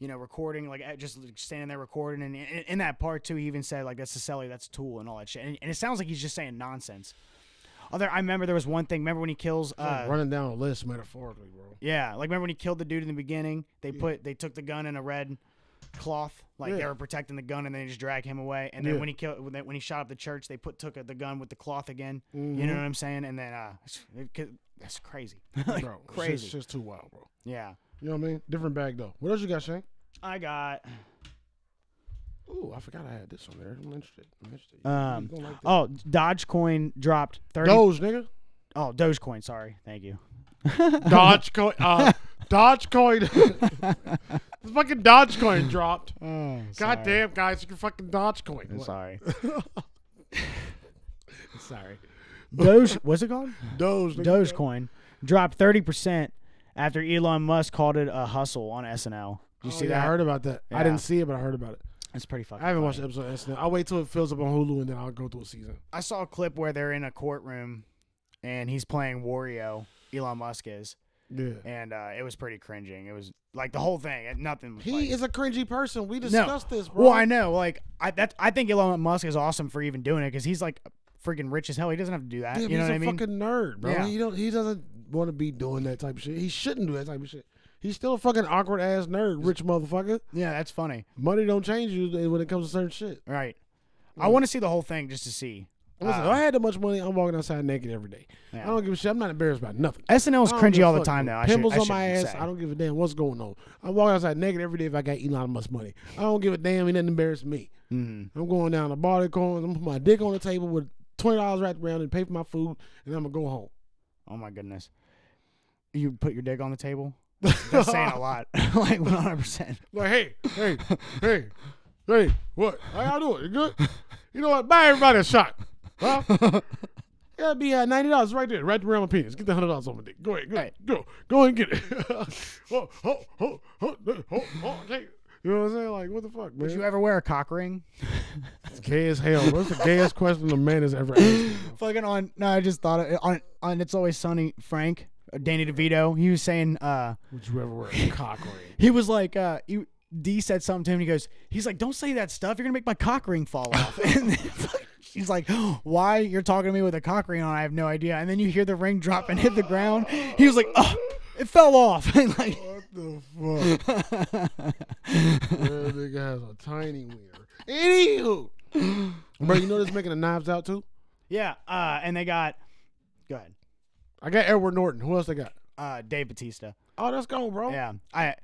You know, recording like eh, just like, standing there recording, and in, in that part too, he even said like that's a celly, that's a tool, and all that shit. And, and it sounds like he's just saying nonsense. Other, I remember there was one thing. Remember when he kills? Uh,
running down a list metaphorically,
<laughs>
bro.
Yeah, like remember when he killed the dude in the beginning? They put they took the gun in a red cloth, like they
Yeah.
were protecting the gun, and then they just drag him away. And then
Yeah.
when he killed, when, they, when he shot up the church, they put took uh, the gun with the cloth again. You
Mm-hmm.
know what I'm saying? And then uh, it could- that's
<laughs>
crazy, like,
Bro,
crazy.
It's just too wild, bro.
yeah,
You know what I mean? Different bag though. What else you got, Shane?
I got.
Ooh, I forgot I had this on there. I'm interested. I'm interested. You-
Um,
you gonna like that.
oh, Dogecoin dropped thirty.
Doge, <laughs> nigga.
Oh, Dogecoin. Sorry, thank you.
Dogecoin. <laughs> Uh, Dogecoin. <laughs> the fucking Dogecoin dropped.
Oh,
God damn, guys, you can fucking Dogecoin. What? <laughs>
Sorry,
Sorry.
Doge. What's
<laughs>
it called?
Doge. nigga.
Dogecoin dropped thirty percent after Elon Musk called it a hustle on SNL. Did
Oh,
you see
yeah,
that?
I heard about that.
Yeah.
I didn't see it, but I heard about it.
It's pretty fucking.
I haven't watched the episode of SNL. I'll wait till it fills up on Hulu and then I'll go through a season.
I saw a clip where they're in a courtroom, and he's playing Wario. Elon Musk is,
Yeah.
and uh, it was pretty cringing. It was like the whole thing. it- Nothing. was
He
like-
is a cringy person. We
No.
discussed this, bro.
Well, I know. Like I that I think Elon Musk is awesome for even doing it because he's like freaking rich as hell. He doesn't have to do that.
Damn,
you
he's
know what
a
I mean?
fucking nerd, bro.
Yeah.
He don't he doesn't want to be doing that type of shit. He shouldn't do that type of shit. He's still a fucking awkward ass nerd, rich motherfucker.
Yeah, that's funny.
Money don't change you when it comes to certain shit.
All right. I want to see the whole thing just to see.
Listen,
Uh,
if I had that much money, I'm walking outside naked every day.
Yeah.
I don't give a shit. I'm not embarrassed about nothing.
SNL is
I don't give a
cringy all the
fuck,
time, though.
bro.
I should,
Pimples
I
on
should
my ass.
say.
I don't give a damn what's going on. I'm walking outside naked every day if I got Elon Musk money. I don't give a damn. He doesn't embarrass me.
Mm-hmm.
I'm going down to bar corners. I'm gonna put my dick on the table with twenty dollars wrapped around and pay for my food, and I'm gonna go home.
Oh my goodness. You put your dick on
<laughs>
the table? That's saying a lot. <laughs> like 100%.
Like, hey, hey, hey, hey, what? How y'all doing? You good? You know what? Buy everybody a shot. Huh? That'd be uh, ninety dollars right there, right around my penis. Get the hundred dollars on my dick. Go ahead, go,
Right.
go, go and get it. <laughs> oh, oh, oh, oh, oh, oh, okay. You know what I'm saying? Like, what the fuck, man?
Did you ever wear a cock ring?
It's gay as hell. Bro. That's the gayest question a man has ever asked.
Fucking on. No, I just thought it, on on It's Always Sunny, Frank, uh, Danny DeVito, he was saying, uh,
Would you ever wear a cock ring?
he was like, uh, you, D said something to him and he goes, he's like, don't say that stuff. You're going to make my cock ring fall off. <laughs> and then fucking- he's like, why? You're talking to me with a cock ring on. I have no idea. And then you hear the ring drop and hit the ground. He was like, oh, it fell off. <laughs> and like,
What the fuck?
<laughs>
that nigga has a tiny wiener. Anywho, bro, you know this making the knives out too.
Yeah, uh, and they got go ahead,
I got Edward Norton. Who else they got?
uh, Dave Batista.
Oh, that's gone, bro.
Yeah, I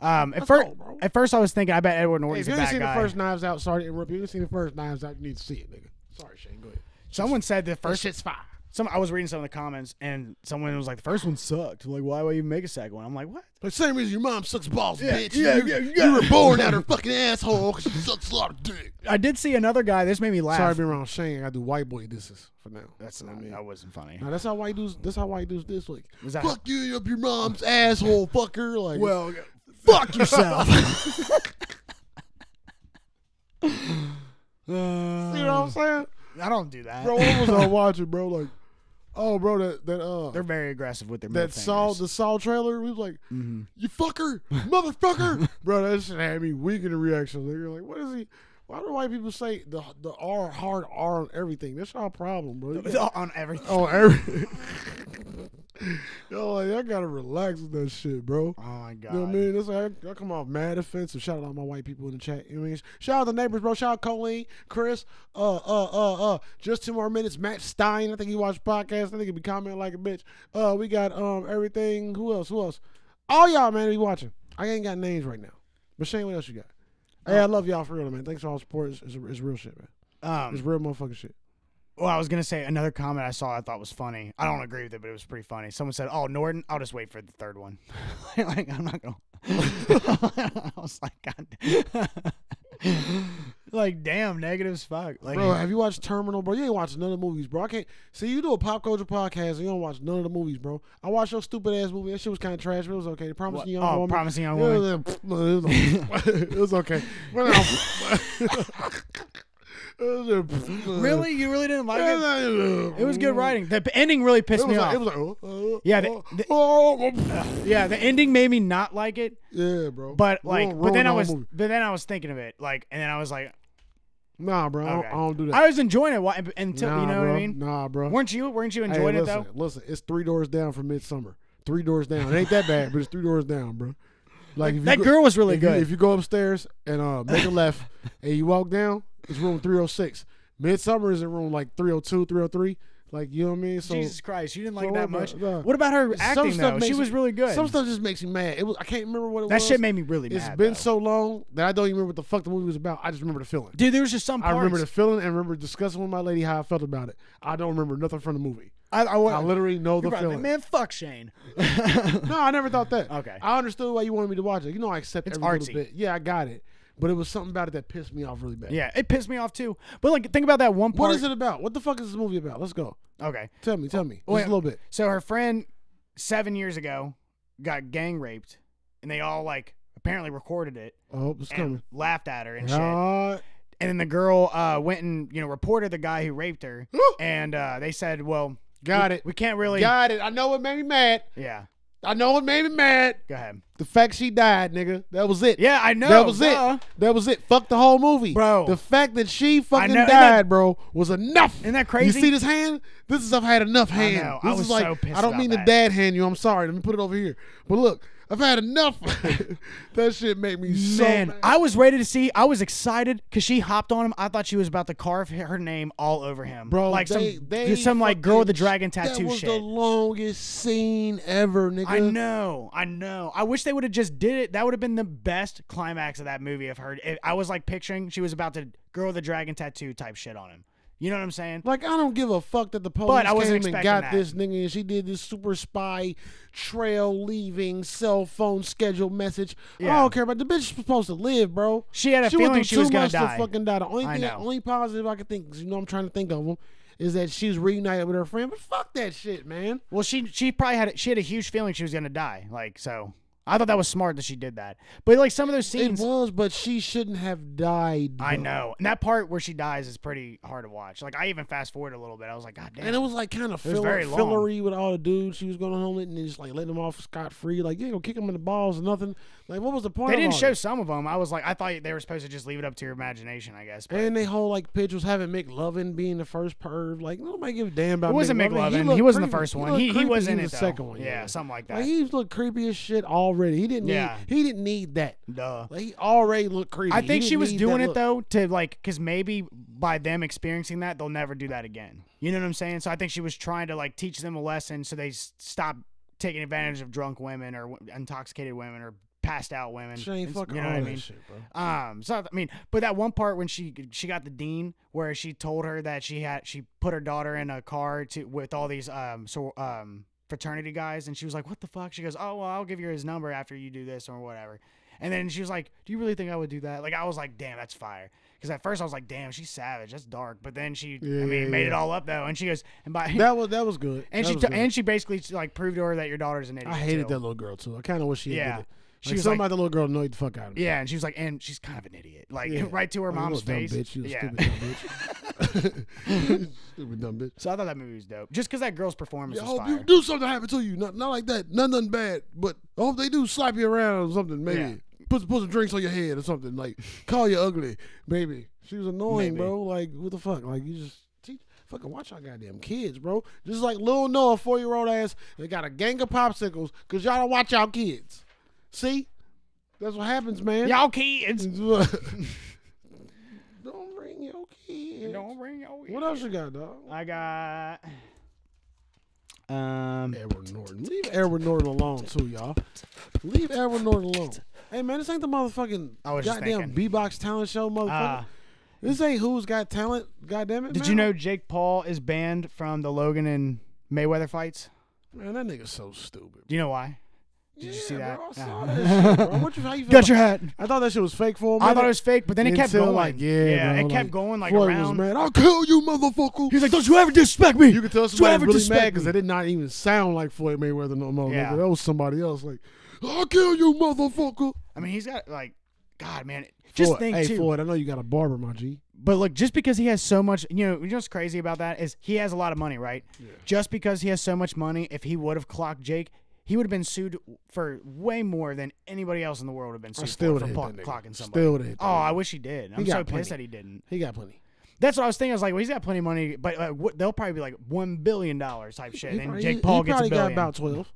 um at first
go, bro.
at first I was thinking I bet Edward
Hey,
Norton's
if you
a
ain't
bad
seen
guy.
the first Knives Out, sorry to interrupt you. If you ain't seen the first Knives Out, you need to see it, nigga. Sorry, Shane. Go ahead.
Someone said the
First
first
shit's fire.
some I was reading some of the comments and someone was like the first one sucked. Like why would you make a second one? I'm like what?
The same reason your mom sucks balls, bitch.
yeah,
you,
yeah,
you were born out her fucking asshole because she sucks a lot of dick.
I did see another guy. This made me laugh.
Sorry to be wrong, Shane. I gotta do white boy disses for now.
That's
what
not, that wasn't funny.
<laughs> Now, that's how white dudes. That's how white dudes this like.
Was that-
fuck you up your mom's asshole, fucker. Like,
Well,
<laughs> <sighs>
fuck yourself.
you know what I'm saying,
<laughs> I don't do that.
bro? What was I watching, bro? Like, oh, bro, that that uh,
They're very aggressive with their middle
that Saul
fingers. Mm-hmm.
the Saul trailer. We was like, <laughs> you fucker, motherfucker, bro. That shit had me weak in the reaction. Like, you're like, what is he? Why do white people say the the R hard R on everything? That's our problem,
<laughs>
bro. You got-
on everything.
on every. Yo, like, <laughs> y'all gotta relax with that shit, bro.
Oh my god.
You know what I mean? That's like, I come off mad offensive. Shout out all my white people in the chat. You know what I mean? Shout out the neighbors, bro. Shout out Colleen, Chris. Uh, uh, uh, uh. Just two more minutes. Matt Stein. I think he watched podcast. I think he be commenting like a bitch. Uh, we got um everything. Who else? Who else? All y'all, man, be watching. I ain't got names right now. But Shane, what else you got? Hey, I love y'all for real, man. Thanks for all the support. It's, it's, it's real shit, man. It's
Um,
real motherfucking shit.
well, I was gonna say another comment I saw I thought was funny. I don't agree with it, but it was pretty funny. Someone said, "Oh, Norton, I'll just wait for the third one." <laughs> like I'm not gonna. <laughs> I was like, God. <laughs> like damn, negative as fuck. Like
Bro, have you watched Terminal, bro? You ain't watched none of the movies, bro. I can't see you do a pop culture podcast and you don't watch none of the movies, bro. I watched your stupid ass movie. That shit was kind of trash, but it was okay. The
what-
Promising Young
oh,
Woman.
promising young
It
woman.
was, a- it was
<laughs>
okay. But I- it was a-
<laughs> Really? You really didn't like it?
It
It was good writing. The p- ending really pissed
It
me
was like,
off.
it was like oh, oh,
Yeah, the-
oh,
the-
oh,
yeah, the ending made me not like it.
yeah, bro.
But
Ruin-
like, but
ruin
then
the
I
whole
was,
movie.
but then I was thinking of it, like, and then I was like,
nah, bro. I, don't,
okay.
I don't do that.
I was enjoying it wh- until
nah,
you know
bro.
what I mean.
Nah, bro.
Weren't you? Weren't you
Hey,
enjoying it
listen,
though?
Listen, it's three doors down from midsummer. Three doors down. It ain't that bad, but it's three doors down, bro. Like if you
That
go-
girl was really
if you,
good.
if you go upstairs and uh, make a
<laughs>
left and you walk down, it's room 306. Midsummer is in room like 302, 303. Like, you know what I mean? So
Jesus Christ, you didn't like
so what
that much.
about- nah.
What about her acting
stuff
though?
makes
She
me-
was really good.
some stuff just makes me mad. It was I can't remember what it
that
was.
shit made me really mad.
It's been
though.
so long that I don't even remember what the fuck the movie was about. I just remember the feeling.
Dude, there was just some
I
parts.
remember the feeling and remember discussing with my lady how I felt about it. I don't remember nothing from the movie.
I, I,
I literally know the feeling.
man, fuck <laughs> Shane.
No, I never thought that.
Okay.
I understood why you wanted me to watch it. You know, I accept
It's
every
artsy.
little bit. Yeah, I got it. But it was something about it that pissed me off really bad.
yeah, it pissed me off too. But like, think about that one part.
What is it about? What the fuck is this movie about? Let's go.
Okay,
Tell me, tell me. Just
wait.
a little bit.
So her friend seven years ago got gang raped, and they all like apparently recorded it
Oh, it's
and
coming.
laughed at her and shit.
Ah,
And then the girl uh, went and you know reported the guy who raped <gasps> her, and uh, they said, "Well,
got
we,
it.
we can't really."
Got it. I know what made me mad.
yeah,
I know what made me mad.
go ahead.
The fact she died, nigga. That was it.
Yeah, I know.
That was
duh.
it. That was it. Fuck the whole movie.
Bro.
The fact that she fucking
know,
died,
isn't that-
bro, was enough.
Isn't that
You
crazy?
see this hand? This is I've had enough hand.
know. I
This
was
is like
so pissed
I don't
about
mean
that.
to dad hand you. I'm sorry. Let me put it over here. But look, I've had
<laughs>
enough. <laughs> that shit made me so
Man,
mad.
I was ready to see. I was excited because she hopped on him. I thought she was about to carve her name all over him,
Bro,
Like
they-
some,
they
some like girl with the
fucking-
dragon
that
tattoo
was
shit.
the longest scene ever, nigga.
I know, I know. I wish they would have just did it. That would have been the best climax of that movie. I've heard. I was like picturing she was about to girl with the dragon tattoo type shit on him. You know what I'm saying?
Like I don't give a fuck that the police
I wasn't
came and
expecting
got
that.
this nigga, and she did this super spy trail leaving cell phone schedule message. I
Yeah.
don't care about the bitch. was supposed to live, bro.
She had a
went
feeling
through
she was
too
gonna
much
die.
To fucking die. The only
I
thing,
know.
only positive I can think, 'cause you know, I'm trying to think of them, is that she's reunited with her friend. But fuck that shit, man.
Well, she she probably had she had a huge feeling she was gonna die. Like so, I thought that was smart that she did that. But like some of those
It
scenes,
was, but she shouldn't have died.
I
<laughs> though.
know, and that part where she dies is pretty hard to watch. Like I even fast forward a little bit. I was like, God damn.
And it was like kind of
was
filler,
very long.
fillery with all the dudes she was going home with, and then just like letting them off scot free. Like yeah, go kick them in the balls or nothing. Like what was the point?
they
of
didn't
all
show
this?
some of them. I was like, I thought they were supposed to just leave it up to your imagination, I guess. But
And they whole like pitch was having McLovin being the first perv. Like nobody gives a damn about.
it wasn't McLovin. He, wasn't the first one. He, he, was in
the
it though.
second one.
Yeah, something like that.
Like he looked creepy as shit already. He didn't.
Yeah.
Need, he didn't need that.
Duh.
Like he already looked creepy.
I
He
think
didn't
she was
need
doing
that
it
look.
though to like, cause maybe by them experiencing that, they'll never do that again. You know what I'm saying? So I think she was trying to like teach them a lesson, so they s- stop taking advantage of drunk women or w- intoxicated women or passed out women.
She ain't
It's-
fucking
you know
all
what I
that
mean?
shit, bro.
Um, so I th- I mean, but that one part when she she got the dean, where she told her that she had she put her daughter in a car to with all these um so um fraternity guys, and she was like, "What the fuck?" She goes, "Oh well, I'll give you his number after you do this or whatever." And then she was like, "Do you really think I would do that?" Like I was like, "Damn, that's fire." Because at first I was like, "Damn, she's savage. That's dark." But then she, I
Yeah,
mean,
yeah,
made
yeah.
it all up though. And she goes, "And by
That was that was good.
<laughs> and
That
she
was
t-
good.
and she basically like proved to her that your daughter's an idiot."
I hated
too.
that little girl too. I kind of wish she
Yeah.
had did it.
She
Like,
was
something
like-
about the little girl annoyed the fuck out of me.
Yeah, <laughs> and she was like, and she's kind of an idiot, like
Yeah.
<laughs> right to her
Like, you
mom's
little dumb
face.
Bitch, you
yeah.
yeah.
<laughs>
stupid dumb bitch. <laughs> stupid dumb bitch.
So I thought that movie was dope, just because that girl's performance
I
was
hope
fire.
you do something happen to you. Not not like that. Not nothing bad. But I hope they do slap you around or something. Maybe
Yeah.
put put some drinks on your head or something. Like call you ugly, maybe. She was annoying,
Maybe.
bro. Like, what the fuck? Like, you just teach, fucking watch y'all goddamn kids, bro. Just like little Noah, four year old ass, they got a gang of popsicles because y'all don't watch y'all kids. See? That's what happens, man.
Y'all kids.
<laughs> don't bring your kids.
Don't bring your
What else you got, dog?
I got. <sighs> Um.
Edward Norton. Leave Edward Norton alone, too, y'all. Leave Edward Norton alone. Hey, man, this ain't the motherfucking
I was just
goddamn
thinking.
B-Box talent show, motherfucker.
Uh,
This ain't who's got talent. God damn it!
did
man.
you know Jake Paul is banned from the Logan and Mayweather fights?
Man, that nigga's so stupid.
Do you know why? Did
yeah,
you see that?
Bro, I saw
Uh-huh.
that shit, bro. What you, how you feel
<laughs> Got
about-
your hat.
I thought that shit was fake for a minute.
I thought it was fake, but then it kept
Until,
going.
like, yeah,
it
bro,
kept
like,
going like
Floyd
around.
was mad. I'll kill you, motherfucker.
He's like, "Don't you ever disrespect me!"
You could tell
Don't you
somebody
ever
really
disrespect
mad because
me.
they did not even sound like Floyd Mayweather no more.
Yeah.
Nigga. That was somebody else. Like, I'll kill you, motherfucker.
I mean, he's got like, God, man. Just
Floyd,
think
hey,
too.
Floyd, I know you got a barber, my G.
But look, just because he has so much, you know, you know what's crazy about that is he has a lot of money, right? Just because he has so much money, if he would have clocked Jake, he would have been sued for way more than anybody else in the world would have been sued
I still would
for, for
have hit
pl-
that nigga.
clocking somebody.
Still would have hit that
oh, I
nigga.
wish he did. I'm
got
so
plenty.
pissed that he didn't.
He got plenty.
That's what I was thinking. I was like, well, he's got plenty of money, but uh, what, they'll probably be like one billion dollars type shit.
He
and
probably-
Jake
he
Paul gets
probably
a billion.
got about 12.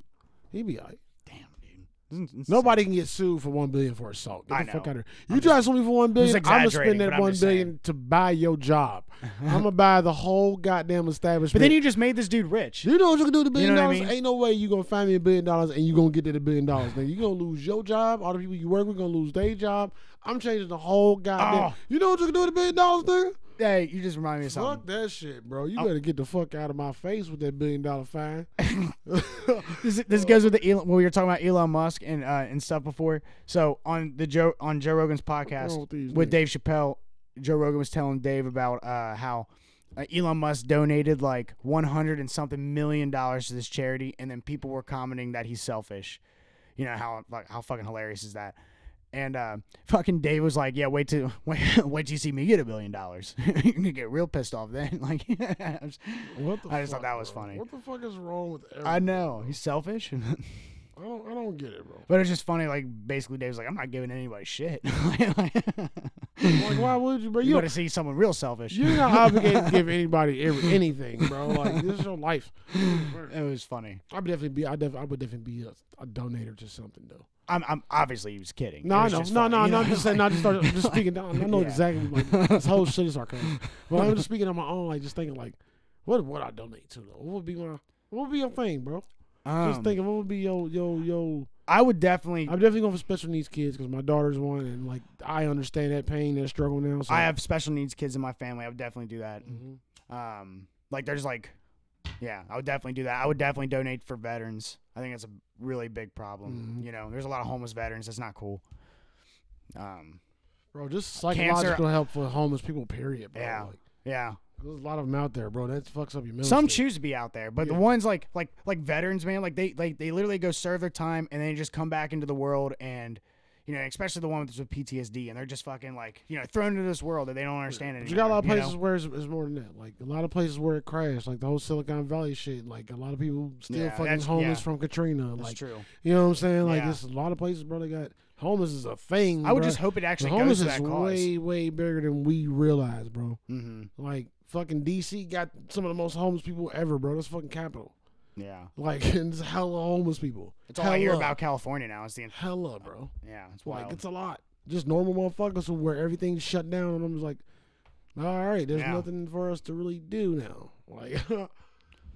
He'd be all right.
Damn, dude. This is- this is-
Nobody can get sued for one billion for assault. Get
I
the fuck
know.
out of here. You try somebody for one billion, I'm gonna
exaggerating,
spend that
but I'm
one
just
billion
saying. Uh-huh.
to buy your job. I'm gonna buy the whole goddamn establishment.
But then you just made this dude rich.
you know what you can do with a billion
know what I
dollars?
mean?
Ain't no way you gonna find me a billion dollars and you gonna get to the billion dollars. Now you gonna lose your job. All the people you work with gonna lose their job. I'm changing the whole goddamn.
Oh.
You know what you can do with a billion dollars, nigga?
Hey, you just remind me of something.
Fuck that shit, bro. You better get the fuck out of my face with that billion dollar fine. <laughs>
this, this goes with the Elon, when we were talking about Elon Musk and uh, and stuff before. So on the Joe on Joe Rogan's podcast
with these
with, Dave Chappelle, Joe Rogan was telling Dave about uh, how uh, Elon Musk donated like 100 and something million dollars to this charity, and then people were commenting that he's selfish. You know how like, how fucking hilarious is that? And uh, fucking Dave was like, "Yeah, wait till <laughs> wait, wait till you see me get a billion dollars. <laughs> You're gonna get real pissed off then." <laughs> Like,
What the
<laughs> I just thought
fuck,
that was
bro?
funny.
What the fuck is wrong with everyone?
I know he's selfish. <laughs>
I don't, I don't get it, <laughs> bro.
But it's just funny, like basically Dave's like, I'm not giving anybody shit. <laughs> Like,
Like, why would you, bro?
you
You
gotta see someone real selfish.
You're
<laughs>
not obligated to give anybody every, anything, bro. Like this is your life.
it was funny.
I'd definitely be. I, def, I would definitely be a, a donator to something though.
I'm, I'm obviously he was kidding.
No,
It
I
was
know.
just
No,
funny,
no,
you
no.
know?
I'm just saying. No, I'm just
<laughs>
started, I'm just speaking down. I know
Yeah.
exactly.
<laughs>
Like, this whole shit is sarcastic. But I'm just speaking on my own. Like just thinking, like, what would I donate to? Though? What would be my? What would be your thing, bro? just
Um,
thinking, what would be your your your?
I would definitely.
I'm definitely going for special needs kids because my daughter's one, and like I understand that pain, that struggle now. So
I have special needs kids in my family. I would definitely do that.
Mhm.
Um, like there's like, yeah, I would definitely do that. I would definitely donate for veterans. I think that's a really big problem.
Mm-hmm.
You know, there's a lot of homeless veterans. That's not cool. Um,
bro, just
Cancer-
psychological help for homeless people. Period. Bro.
yeah,
Like,
yeah.
There's a lot of them out there, bro. That fucks up your mental.
Some
state.
choose to be out there, but the
Yeah.
ones like like like veterans, man, like they like they literally go serve their time and then just come back into the world and you know, especially the one that's with PTSD and they're just fucking like you know thrown into this world that they don't understand
But
anymore.
you got a lot of places
know?
where it's, it's more than that. Like a lot of places where it crashed, like the whole Silicon Valley shit. Like a lot of people still
Yeah,
fucking
that's-
homeless
yeah.
from Katrina.
that's
like
true.
you know what I'm saying? Like
Yeah.
there's a lot of places, bro. They got homeless is a thing.
I would
bruh.
just hope it
Mm, The
actually goes
homeless
to
is
that cause.
way way bigger than we realize, bro.
hmm
Like fucking DC got some of the most homeless people ever, bro. That's fucking capital.
Yeah,
Like <laughs> and it's hella homeless people.
it's all I hear
Hella.
about California now. It's the
Hella, bro.
yeah, it's
Like
wild.
it's a lot. Just normal motherfuckers who where everything's shut down and I'm just like, all right, there's
Yeah.
nothing for us to really do now. <laughs> Like,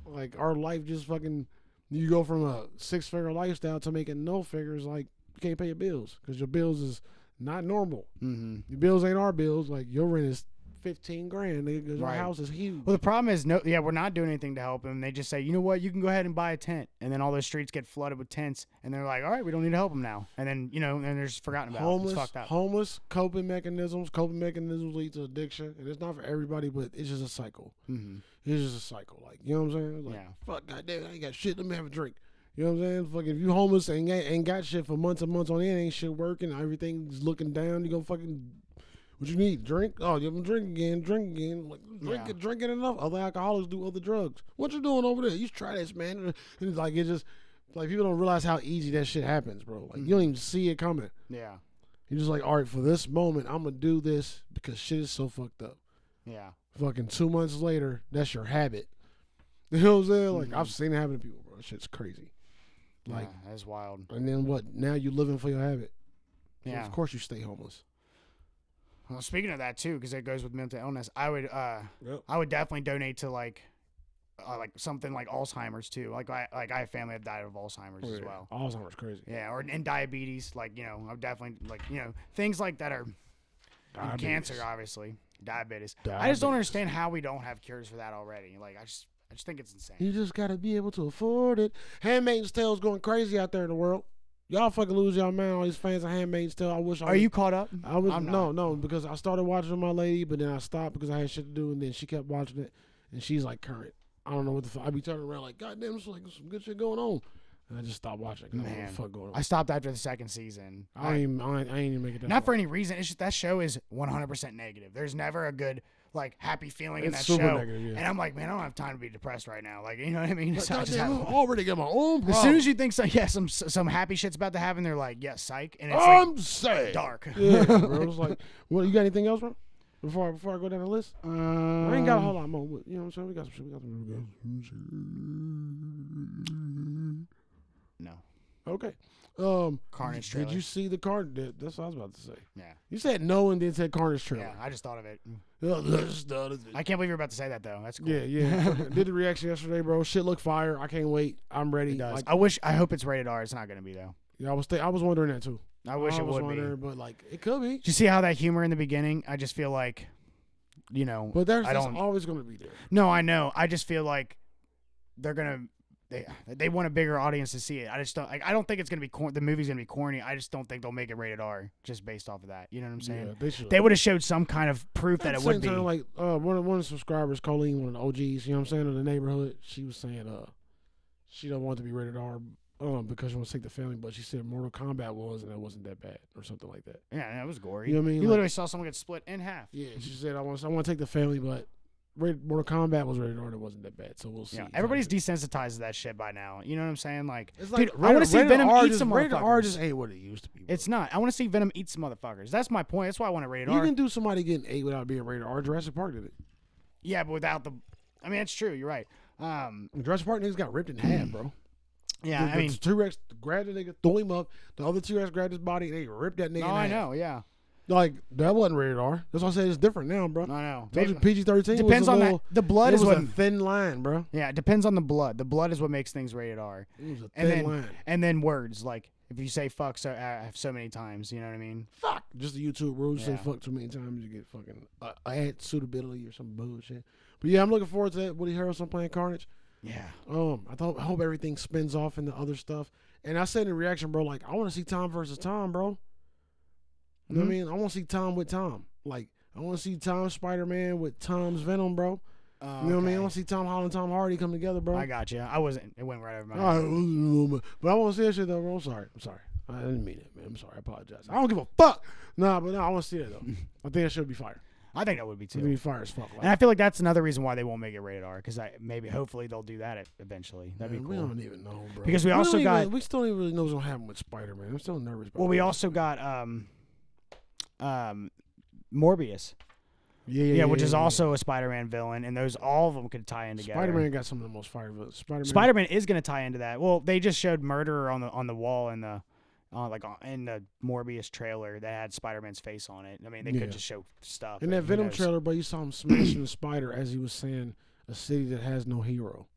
like our life just fucking. You go from a six figure lifestyle to making no figures. Like you can't pay your bills because your bills is not normal.
hmm
Your bills ain't our bills. Like your rent is fifteen grand because
Right.
your house is huge.
Well, the problem is no, yeah, we're not doing anything to help them. They just say, you know what, you can go ahead and buy a tent, and then all those streets get flooded with tents, and they're like, all right, we don't need to help them now, and then you know, and then they're just forgotten about. it's
homeless,
fucked up.
homeless coping mechanisms. Coping mechanisms lead to addiction, and it's not for everybody, but it's just a cycle.
hmm
It's just a cycle. Like, you know what I'm saying? It's Like,
Yeah.
fuck, goddamn, I ain't got shit. Let me have a drink. You know what I'm saying? Fuck, if you homeless and ain't, ain't got shit for months and months on end, ain't shit working, everything's looking down, you gonna fucking. What you need? Drink? Oh, you have them drink again, drink again. Like, drink
Yeah.
it, drinking enough. Other alcoholics do other drugs. What you doing over there? You should try this, man. <laughs> And it's
Mm.
like, it just, like, people don't realize how easy that shit happens, bro. Like, you don't even see it coming.
Yeah.
He's just like, all right, for this moment, I'm gonna do this because shit is so fucked up.
Yeah.
Fucking two months later, that's your habit. <laughs> You know what I'm saying? Like
Mhm.
I've seen it happen to people, bro. Shit's crazy. Like,
yeah, that's wild.
and then what? Now you're living for your habit. So
Yeah.
Of course you stay homeless.
Well, speaking of that too, because it goes with mental illness, I would uh,
Yep.
I would definitely donate to like, uh, like something like Alzheimer's too. Like I like I have family that died of Alzheimer's
Oh,
as well.
Alzheimer's crazy.
Yeah, or and diabetes, like you know, I'm definitely like you know things like that are and cancer, obviously, diabetes. I just don't
Diabetes.
understand how we don't have cures for that already. Like I just, I just think it's insane.
You just gotta be able to afford it. Handmaid's Tale's going crazy out there in the world. Y'all fucking lose y'all mind. All these fans of Handmaid's Tale. I wish. I
Are
was-
you caught up?
I was
I'm
no, no, because I started watching with my lady, but then I stopped because I had shit to do, and then she kept watching it, and she's like current. I don't know what the fuck. I be turning around like, goddamn, there's like some good shit going on, and I just stopped watching. 'cause I don't know what
Man.
the fuck going on.
I stopped after the second season.
I, ain't, even, I, ain't, I ain't even make it that.
not
far.
for any reason. It's just that show is 100% negative. There's never a good like happy feeling in
It's
that
super
show.
negative, yeah.
And I'm like, man, I don't have time to be depressed right now. Like, you know what I mean? <laughs>
But
So I just
goddamn,
have-
I already got my own. Problem.
as soon as you think so, yeah, some some happy shit's about to happen, they're like, yeah, psych, and it's like
Oh, I'm sad.
dark.
<laughs>
<laughs>
Yeah, bro. It's like, what? You got anything else, bro? Before I, before I go down the list, I ain't got a whole lot more. You know what I'm saying? We got some shit. We got some. We got some
no
Okay. Um,
carnage
did
trailer.
you see the card? that- That's what I was about to say.
yeah,
You said no and then said Carnage
yeah.
trailer.
I just thought of it.
Yeah, let's start it.
I can't believe you're about to say that though. That's cool.
yeah. yeah.
<laughs>
Did the reaction yesterday, bro. Shit look fire. I can't wait. I'm ready.
It does.
Like,
I wish. I hope it's rated R. It's not gonna be though.
yeah, I was th- I was wondering that too.
I wish
I
it
was
would be.
wondering,
Do
but like it could be.
you see how that humor in the beginning? I just feel like, you know,
But there's
I
that's
don't-
always gonna be there.
No, I know. I just feel like they're gonna they they want a bigger audience to see it. I just don't like. I don't think it's gonna be cor- the movie's gonna be corny. I just don't think they'll make it rated R just based off of that. You know what I'm saying?
Yeah, they should.
They would have showed some kind of proof
At
that it
the
would
same
be.
time, like uh, one of one of the subscribers, Colleen, one of the OGs, you know what I'm saying, in the neighborhood, she was saying uh she don't want it to be rated R um because she wants to take the family, but she said Mortal Kombat was and it wasn't that bad or something like that.
yeah, that was gory.
You know what I mean?
You
Like-
literally saw someone get split in half.
Yeah, she said I want I want to take the family, but rated, Mortal Kombat was rated R and it wasn't that bad, so we'll see.
Yeah, everybody's desensitized to that shit by now. You know what I'm saying? Like,
It's
dude, I want to see Venom eat some
rated R
motherfuckers.
just ain't what it used to be. bro.
it's not. I want to see Venom eat some motherfuckers. That's my point. That's why I want to rated
you
R.
can do somebody getting eight without being rated R. Jurassic Park did it.
yeah, but without the. I mean, that's true. You're right. Um,
Jurassic Park niggas got ripped in half, <clears throat> bro.
yeah, I mean,
the T Rex grabbed the nigga, threw him up. The other T Rex grabbed his body, and they ripped that nigga.
no,
in
I
half.
know. Yeah,
Like that wasn't rated R. That's why I said it's different now, bro.
I know.
Told you PG thirteen
depends on
little,
that. The blood
it
is
was
what.
a thin line, bro.
yeah, it depends on the blood. The blood is what makes things rated R.
It was a thin
And then,
line.
and then words like if you say fuck so uh, so many times, you know what I mean?
Fuck. Just the YouTube rules
Yeah.
say fuck too many times you get fucking uh, ad suitability or some bullshit. But yeah, I'm looking forward to that. Woody Harrelson playing Carnage.
Yeah.
Um, I thought I hope everything spins off into other stuff. And I said in reaction, bro, like I want to see Tom versus Tom, bro. You know
Mm-hmm.
what I mean? I want to see Tom with Tom. Like I want to see Tom Spider Man with Tom's Venom, bro.
Uh,
You know what I mean? I
okay.
want to see Tom Holland, Tom Hardy come together, bro.
I got you. I wasn't. It went right over my head.
All right, but I want to see that shit though, bro. I'm sorry. I'm sorry. I didn't mean it, man. I'm sorry. I apologize. I don't give a fuck. Nah, but no, I want to see that though. I think that should be fire.
I think that would be
It would be
too.
fire as fuck. Like,
And I feel like that's another reason why they won't make it rated R because I maybe hopefully they'll do that e- eventually. That'd
man,
be
We
cool.
don't even know, bro.
Because we also
don't even-
got-
we still don't even really know what's gonna happen with Spider Man. I'm still nervous. About
Well, we
that.
also got um, um, Morbius.
yeah, yeah,
Yeah, which is also a Spider-Man villain, and those all of them could tie in together.
Spider Man got some of the most fire. Spider Man.
Spider Man is going to tie into that. Well, they just showed murderer on the on the wall in the uh, like on- in the Morbius trailer that had Spider Man's face on it. I mean, they
Yeah.
could just show stuff.
in
but
that
who
Venom
knows?
trailer, bro. You saw him smashing the spider as he was saying a city that has no hero,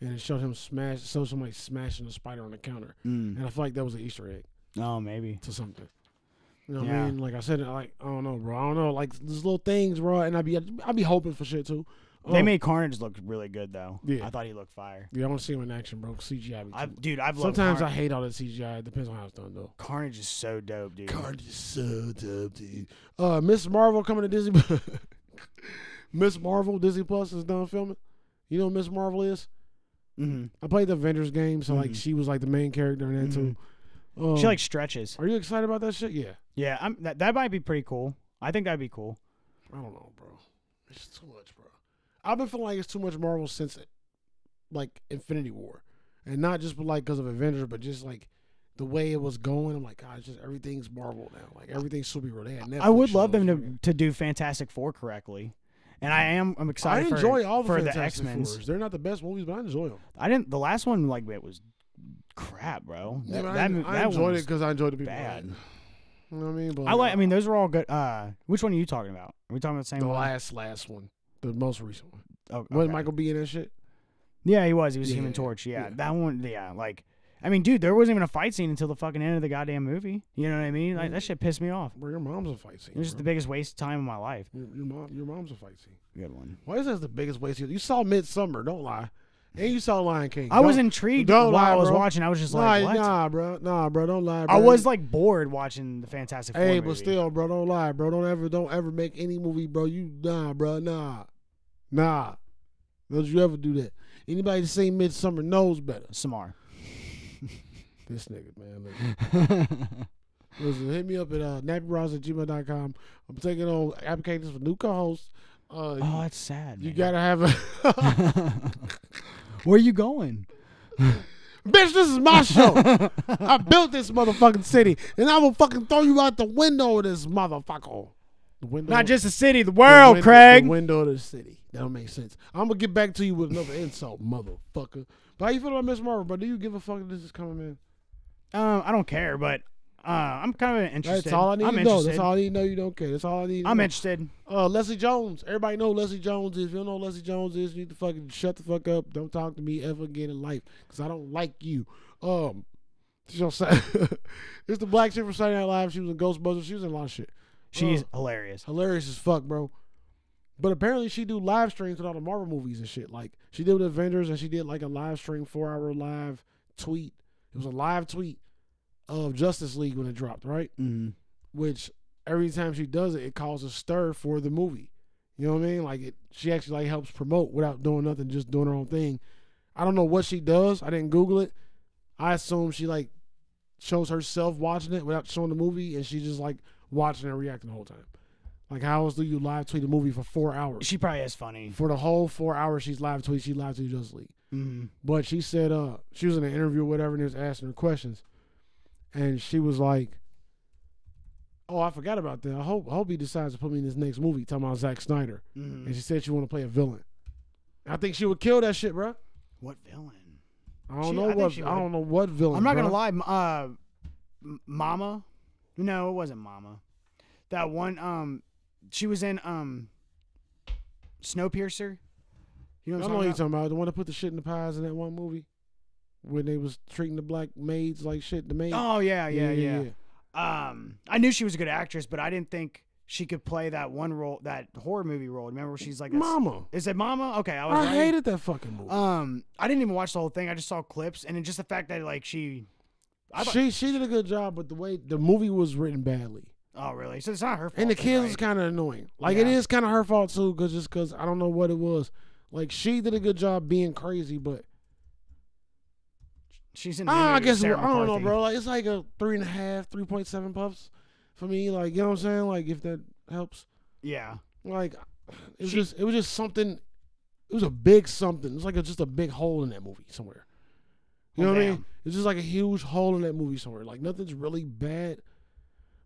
and it showed him smash. So somebody smashing the spider on the counter,
Mm.
and I feel like that was an Easter egg.
Oh, maybe.
to something. You know what
Yeah.
I mean? Like I said, like I don't know, bro. I don't know, like these little things, bro. And I be, I be hoping for shit too.
They
Um,
made Carnage look really good though.
Yeah.
I thought he looked fire.
Yeah, I want to see him in action, bro. 'cause CGI. Be
I,
too-
dude, I've loved
Sometimes I
Carn-
hate all the CGI. It depends on how it's done, though.
Carnage is so dope, dude.
Card is so dope, dude. Uh, Miss Marvel coming to Disney. <laughs> Miss Marvel, Disney Plus is done filming. You know what Miss Marvel is?
hmm
I played the Avengers game, so like
Mhm.
she was like the main character in that too. Um,
Mm-hmm. She like stretches.
are you excited about that shit? Yeah.
Yeah, I'm, that that might be pretty cool. I think that'd be cool.
I don't know, bro. It's too much, bro. I've been feeling like it's too much Marvel since like Infinity War, and not just like because of Avengers, but just like the way it was going, I'm like, God, it's just everything's Marvel now. Like everything's superhero. They had Netflix
I would love
shows,
them to,
man.
to do Fantastic Four correctly, and I am I'm
I
excited. for-
enjoy all the
for the
Fantastic
X Men.
Fours. They're not the best movies, but I enjoy them.
I didn't. The last one like it was crap, bro.
Yeah,
That-
but
that
I,
mo-
I
that one
enjoyed it
was-
because I enjoyed the people. in
bad.
it. You know what I mean? But
I like. I mean, those were all good. Uh, which one are you talking about? Are we talking about the same
the
one?
last last one, the most recent one.
Oh,
Wasn't
okay.
Michael B in that shit?
Yeah, he was. He was a Human
Yeah,
Torch. Yeah,
yeah.
that one. Yeah, like. I mean, dude, there wasn't even a fight scene until the fucking end of the goddamn movie. You know what I mean?
Mm.
Like that shit pissed me off.
Bro, your mom's a fight scene.
It was just the
bro.
biggest waste of time of my life.
your, your mom, your mom's a fight scene.
Good one.
Why is that the biggest waste? You saw Midsummer, don't lie, and you saw Lion King.
I was
Don't-
intrigued
don't
while
lie,
I was
bro.
watching. I was just
Nah,
like, what?
nah, bro, nah, bro, don't lie. Bro.
I was like bored watching the Fantastic Four
hey,
movie.
but still, bro, don't lie, bro. Don't ever, don't ever make any movie, bro. You nah, bro, nah, nah. Don't you ever do that? Anybody that seen Midsummer knows better. <laughs>
Samar.
This nigga, man. <laughs> look. Listen, hit me up at uh, nappyross at gmail.com. I'm taking on applications for new co hosts. Uh, you-
Oh, that's sad.
you,
man.
gotta have a. <laughs>
Where are you going?
Bitch, this is my <laughs> show. I built this motherfucking city, and I'm gonna fucking throw you out the window of this motherfucker. The window.
Not just the city, the
the
world,
win-
Craig.
The window of the city. That don't make sense. I'm gonna get back to you with another insult, motherfucker. But how you feel about Miss Marvel, bro? Do you give a fuck if this is coming, man?
Um, I don't care, but uh, I'm kind of interested.
That's all I need
I'm
to know.
interested.
That's all I need to know. You don't care. That's all I need. To
I'm
know.
interested.
Uh, Leslie Jones. Everybody know who Leslie Jones is. If you don't know who Leslie Jones is, you need to fucking shut the fuck up. Don't talk to me ever again in life because I don't like you. Um, she's on. Sa- <laughs> it's the black chick from Saturday Night Live. She was in Ghostbusters. She was in a lot of shit.
She's
Uh,
hilarious.
hilarious as fuck, bro. But apparently she do live streams with all the Marvel movies and shit. Like she did with Avengers and she did like a live stream, four hour live tweet. It was a live tweet of Justice League when it dropped, right?
Mm.
which every time she does it, it causes stir for the movie. You know what I mean? Like it, she actually like helps promote without doing nothing, just doing her own thing. I don't know what she does. I didn't Google it. I assume she like shows herself watching it without showing the movie, and she just like watching and reacting the whole time. Like how else do you live tweet a movie for four hours?
She probably is funny.
for the whole four hours, she's live tweet. She live tweet Justice League.
Mm.
But she said uh she was in an interview or whatever and they was asking her questions. And she was like, Oh, I forgot about that. I hope I hope he decides to put me in this next movie talking about Zack Snyder.
Mm.
And she said she wanna play a villain. I think she would kill that shit, bro.
What villain?
I don't
She- I
know
think
what
she
I
would.
don't know what villain.
I'm not gonna
Oh, bruh.
lie, m- uh, M- Mama. No, it wasn't Mama. That one. Um, she was in um, Snowpiercer. You know
I know what
what I'm talking
you're
about?
talking about. The one that put the shit in the pies in that one movie. When they was treating the black maids like shit, the maid.
Oh yeah, yeah, yeah, Um, I knew she was a good actress, but I didn't think she could play that one role, that horror movie role. Remember where she's like, a s-
Mama.
Is it Mama? Okay, I was.
I
right.
hated that fucking movie.
Um, I didn't even watch the whole thing. I just saw clips, and then just the fact that like she. I thought,
she she did a good job, but the way the movie was written badly.
oh really? So it's not her fault.
And the
then,
kids
right?
was kind of annoying. Like it
Yeah.
is kind of her fault too, cause just cause I don't know what it was. Like she did a good job being crazy, but
She's in. the
Ah, I
movie with
guess I
Sarah
don't know,
McCarthy.
bro. Like it's like a three and a half, three point seven puffs for me. Like you know what I'm saying? Like if that helps.
Yeah.
Like it was
She-
just it was just something. It was a big something. It was like a, just a big hole in that movie somewhere. You know
Well,
what I mean?
damn.
It's just like a huge hole in that movie somewhere. Like nothing's really bad,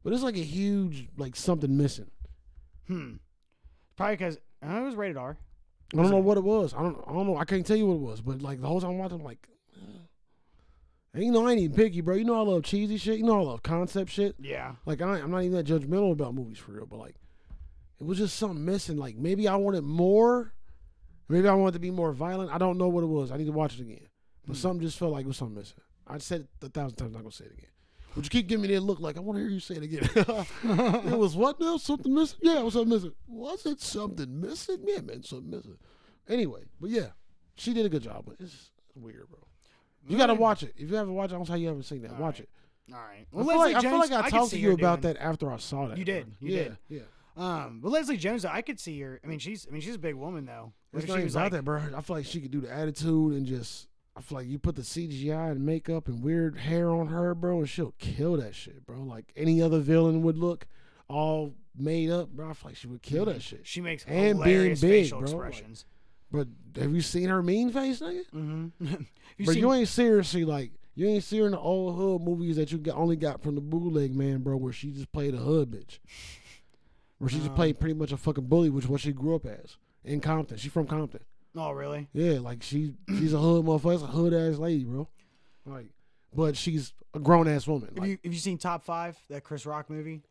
but it's like a huge like something missing.
Hmm. Probably because uh, it was rated R.
I don't know what it was. I don't. I don't know. I can't tell you what it was. But like the whole time I'm watching, I'm like, and you know, I ain't even picky, bro. You know, I love cheesy shit. You know, I love concept shit.
Yeah.
Like I, I'm not even that judgmental about movies for real. But like, it was just something missing. Like maybe I wanted more. Maybe I wanted to be more violent. I don't know what it was. I need to watch it again.
Hmm.
But something just felt like it was something missing. I said it a thousand times. I'm not gonna say it again. But you keep giving me that look like I want to hear you say it again. <laughs> it was what now? Something missing? Yeah, it was something missing. Was it something missing? Yeah, man, something missing. Anyway, but yeah, she did a good job. But it's weird, bro. You gotta
Alright.
watch it. If you haven't watched it, I don't know how you haven't seen that. watch
Alright.
it.
All right.
I feel, like, I feel like I talked to you about that after I saw that.
You
bro.
did. You
yeah,
did.
yeah.
that. Um, but Leslie Jones, though, I could see her. I mean, she's. I mean, she's a big woman though. What
It's
if
not
she
even
was
about
like-
that, bro. I feel like she could do the attitude and just. I feel like you put the CGI and makeup and weird hair on her, bro, and she'll kill that shit, bro. Like any other villain would look, all made up, bro. I feel like she would kill that shit.
Mm-hmm. She makes
And being
hilarious
big,
facial
bro, like-
expressions.
But have <laughs> you seen her mean face, nigga?
mm-hmm.
but you ain't seriously like You ain't see her in the old hood movies that you got, only got from the bootleg man, bro, where she just played a hood bitch. Where she just
No.
played pretty much a fucking bully, which is what she grew up as in Compton. She from Compton.
Oh, really?
Yeah, like
<clears throat>
she she's a hood motherfucker, That's a hood ass lady, bro. Like, but she's a grown ass woman.
Have
Like,
you have you seen Top Five? That Chris Rock movie.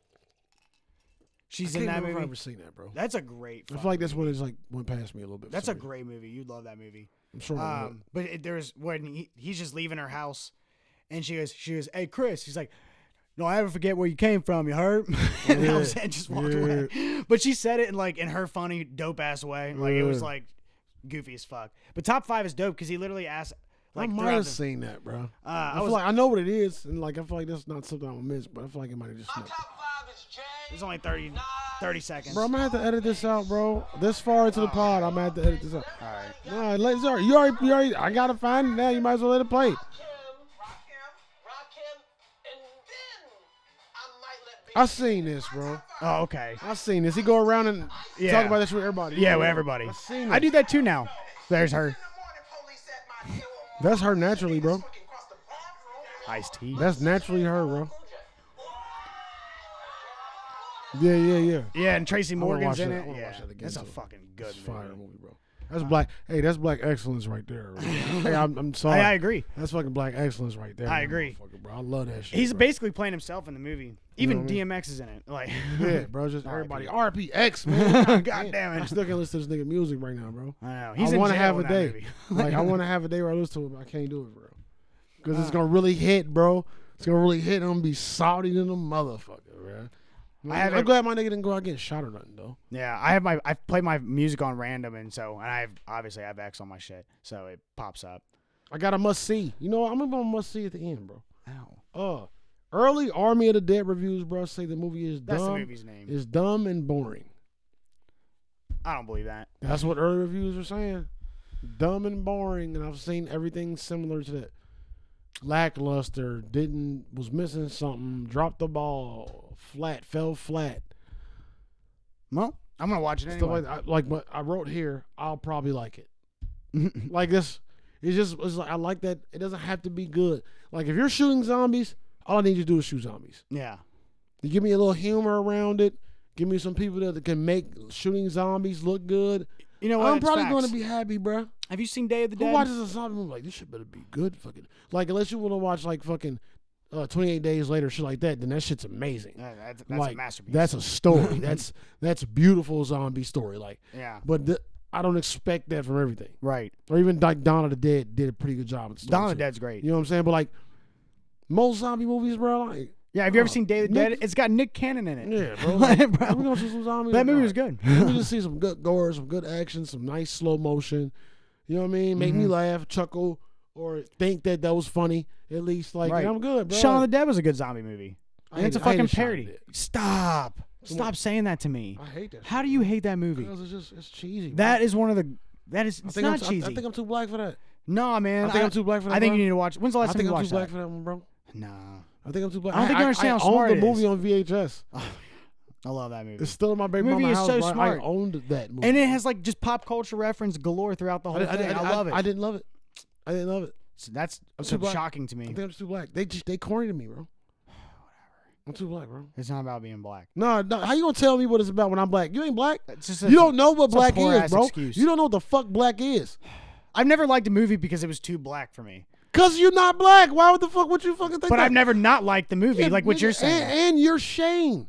She's
I
in
can't
that
remember if I've
movie.
ever seen that, bro.
That's a great.
I feel
fucking
like that's
movie.
what it's like went past me a little bit. for
That's a
some reason.
great movie. You'd love that movie.
I'm sure. I know it.
Um, but it, there's when he, he's just leaving her house, and she goes, she goes, "Hey, Chris." He's like, "No, I ever forget where you came from. <laughs> You heard?" and that was it, just walked away. But she said it in like in her funny, dope ass way. Like it was
Yeah.
like goofy as fuck. But top five is dope because he literally asked. Like
I
throughout
might have
the- Uh,
seen that, bro.
I
I, feel
was-
like I know what it is, and like I feel like that's not something I'm gonna miss, but I feel like it might have just snuck.
It's only 30, 30 seconds.
Bro, I'm gonna have to edit this out, bro. This far
Oh.
into the pod, I'm gonna have to edit this out. Alright. No, let's you already, you already I gotta find it now. You might as well let it play. I seen this, bro.
oh, okay.
I seen this. He go around and
Yeah.
talk about this with everybody.
Yeah, with everybody.
I seen
I
it.
do that too now. There's her.
That's her naturally, Oh. bro.
Iced tea.
That's naturally her, bro. Yeah, yeah, yeah.
yeah, and Tracy
wanna watch
Morgan's in
that. I
it.
wanna
Yeah,
watch that again,
that's a
too.
fucking good
It's a fire
movie.
movie, bro. That's black. Hey, that's black excellence right there.
<laughs>
bro. hey, I'm, I'm sorry.
I, I agree.
That's fucking black excellence right there.
I agree.
motherfucker, Bro. I love that shit.
He's
bro.
basically playing himself in the movie. Even
what I mean?
DMX is in it. <laughs> Like,
Yeah, bro. Just everybody.
R.I.P.. <laughs>
RPX, <laughs> man.
God
Damn.
damn
I
it.
still can't listen to this nigga music right now, bro.
I know. He's
I
in
wanna
jail
have
in
a
that
day.
movie.
<laughs>
<laughs>
like I want to have a day where I listen to it, but I can't do it, bro. Because it's gonna really hit, bro. It's gonna really hit. I'm gonna be salty than a motherfucker, bro.
I have
I'm
every-
glad my nigga didn't go out getting shot or nothing though.
Yeah, I have my I play my music on random, and so and I have obviously I have X on my shit, so it pops up.
I got a must see. You know, what? I'm gonna put a must see at the end, bro.
Ow.
Uh, early Army of the Dead reviews, bro, say the movie is
That's
dumb.
the movie's name.
Is dumb and boring.
I don't believe that.
That's what early reviews are saying. Dumb and boring, and I've seen everything similar to that. Lackluster, didn't was missing something, dropped the ball, flat, fell flat.
Well, I'm gonna watch it
Stuff
anyway.
like that. I- Like what I wrote here, I'll probably like it. like this, it's just it's like I like that. It doesn't have to be good. Like if you're shooting zombies, all I need you to do is shoot zombies.
yeah.
You give me a little humor around it. Give me some people that can make shooting zombies look good.
You know what?
I'm
It's
probably
facts.
going to be happy, bruh.
Have you seen Day of the
Who
Dead?
watches a zombie movie like this? Shit better be good, fucking. Like unless you want to watch like fucking uh, 28 Days Later, shit like that. Then that shit's amazing.
Yeah, that's that's
like
a masterpiece.
that's a
<laughs>
story. that's that's a beautiful zombie story. Like,
yeah.
but th- I don't expect that from everything.
Right.
Or even like Dawn of the Dead did a pretty good job. At the story,
Dawn of the
too.
Dead's great.
You know what I'm saying? But like most zombie movies, bro, like
Yeah, have you ever
Oh,
seen Day of the
Nick-
Dead? It's got Nick Cannon in it. <laughs>
yeah, bro.
Like,
Like,
bro,
we gonna see some zombies.
that movie was
Alright.
good.
Let
<laughs>
me just see some good gore, some good action, some nice slow motion. You know what I mean? Make
Mm-hmm.
me laugh, chuckle, or think that that was funny. At least, like,
Right.
I'm good, bro.
<laughs> Shaun of the Dead was a good zombie movie.
I
And it's a
hated- I hated
fucking
Shaun of the
parody. Stop. Stop saying that to me.
Dead. I hate that.
How do you hate that movie?
Because it's just it's cheesy. bro.
That is one of the. That is.
I
It's
think
not
I'm,
cheesy.
I, I think I'm too black for that.
nah, man.
I think I'm too black for that,
I think
bro.
you need to watch. When's the last
I
time
think
you
I'm too black
watched that?
for that one, bro.
Nah.
I think I'm too black.
I don't think you understand how smart
I owned
it
the movie
is.
on VHS.
I love that movie.
It's still in my baby
movie
mama's
is
house.
so
bro.
smart.
I owned that movie.
and it has like just pop culture reference galore throughout the whole
I, I,
thing. I,
I-
love it.
I didn't love it. I didn't love it.
So that's
I'm
so
too black.
shocking to
I
me.
think I'm just too black. They just they corny to me, bro. <sighs> I'm too black, bro.
It's not about being black.
No, no. How you gonna tell me what it's about when I'm black? You ain't black.
It's just a-
You don't know what
a
black is,
poor-ass
bro.
excuse.
You don't know what the fuck black is.
I've never liked a movie because it was too black for me.
Cause you're not black. Why would the fuck would you fucking think?
But Eh,
that?
I've never not liked the movie,
Yeah,
like what
nigga,
you're saying.
And, and you're Shane.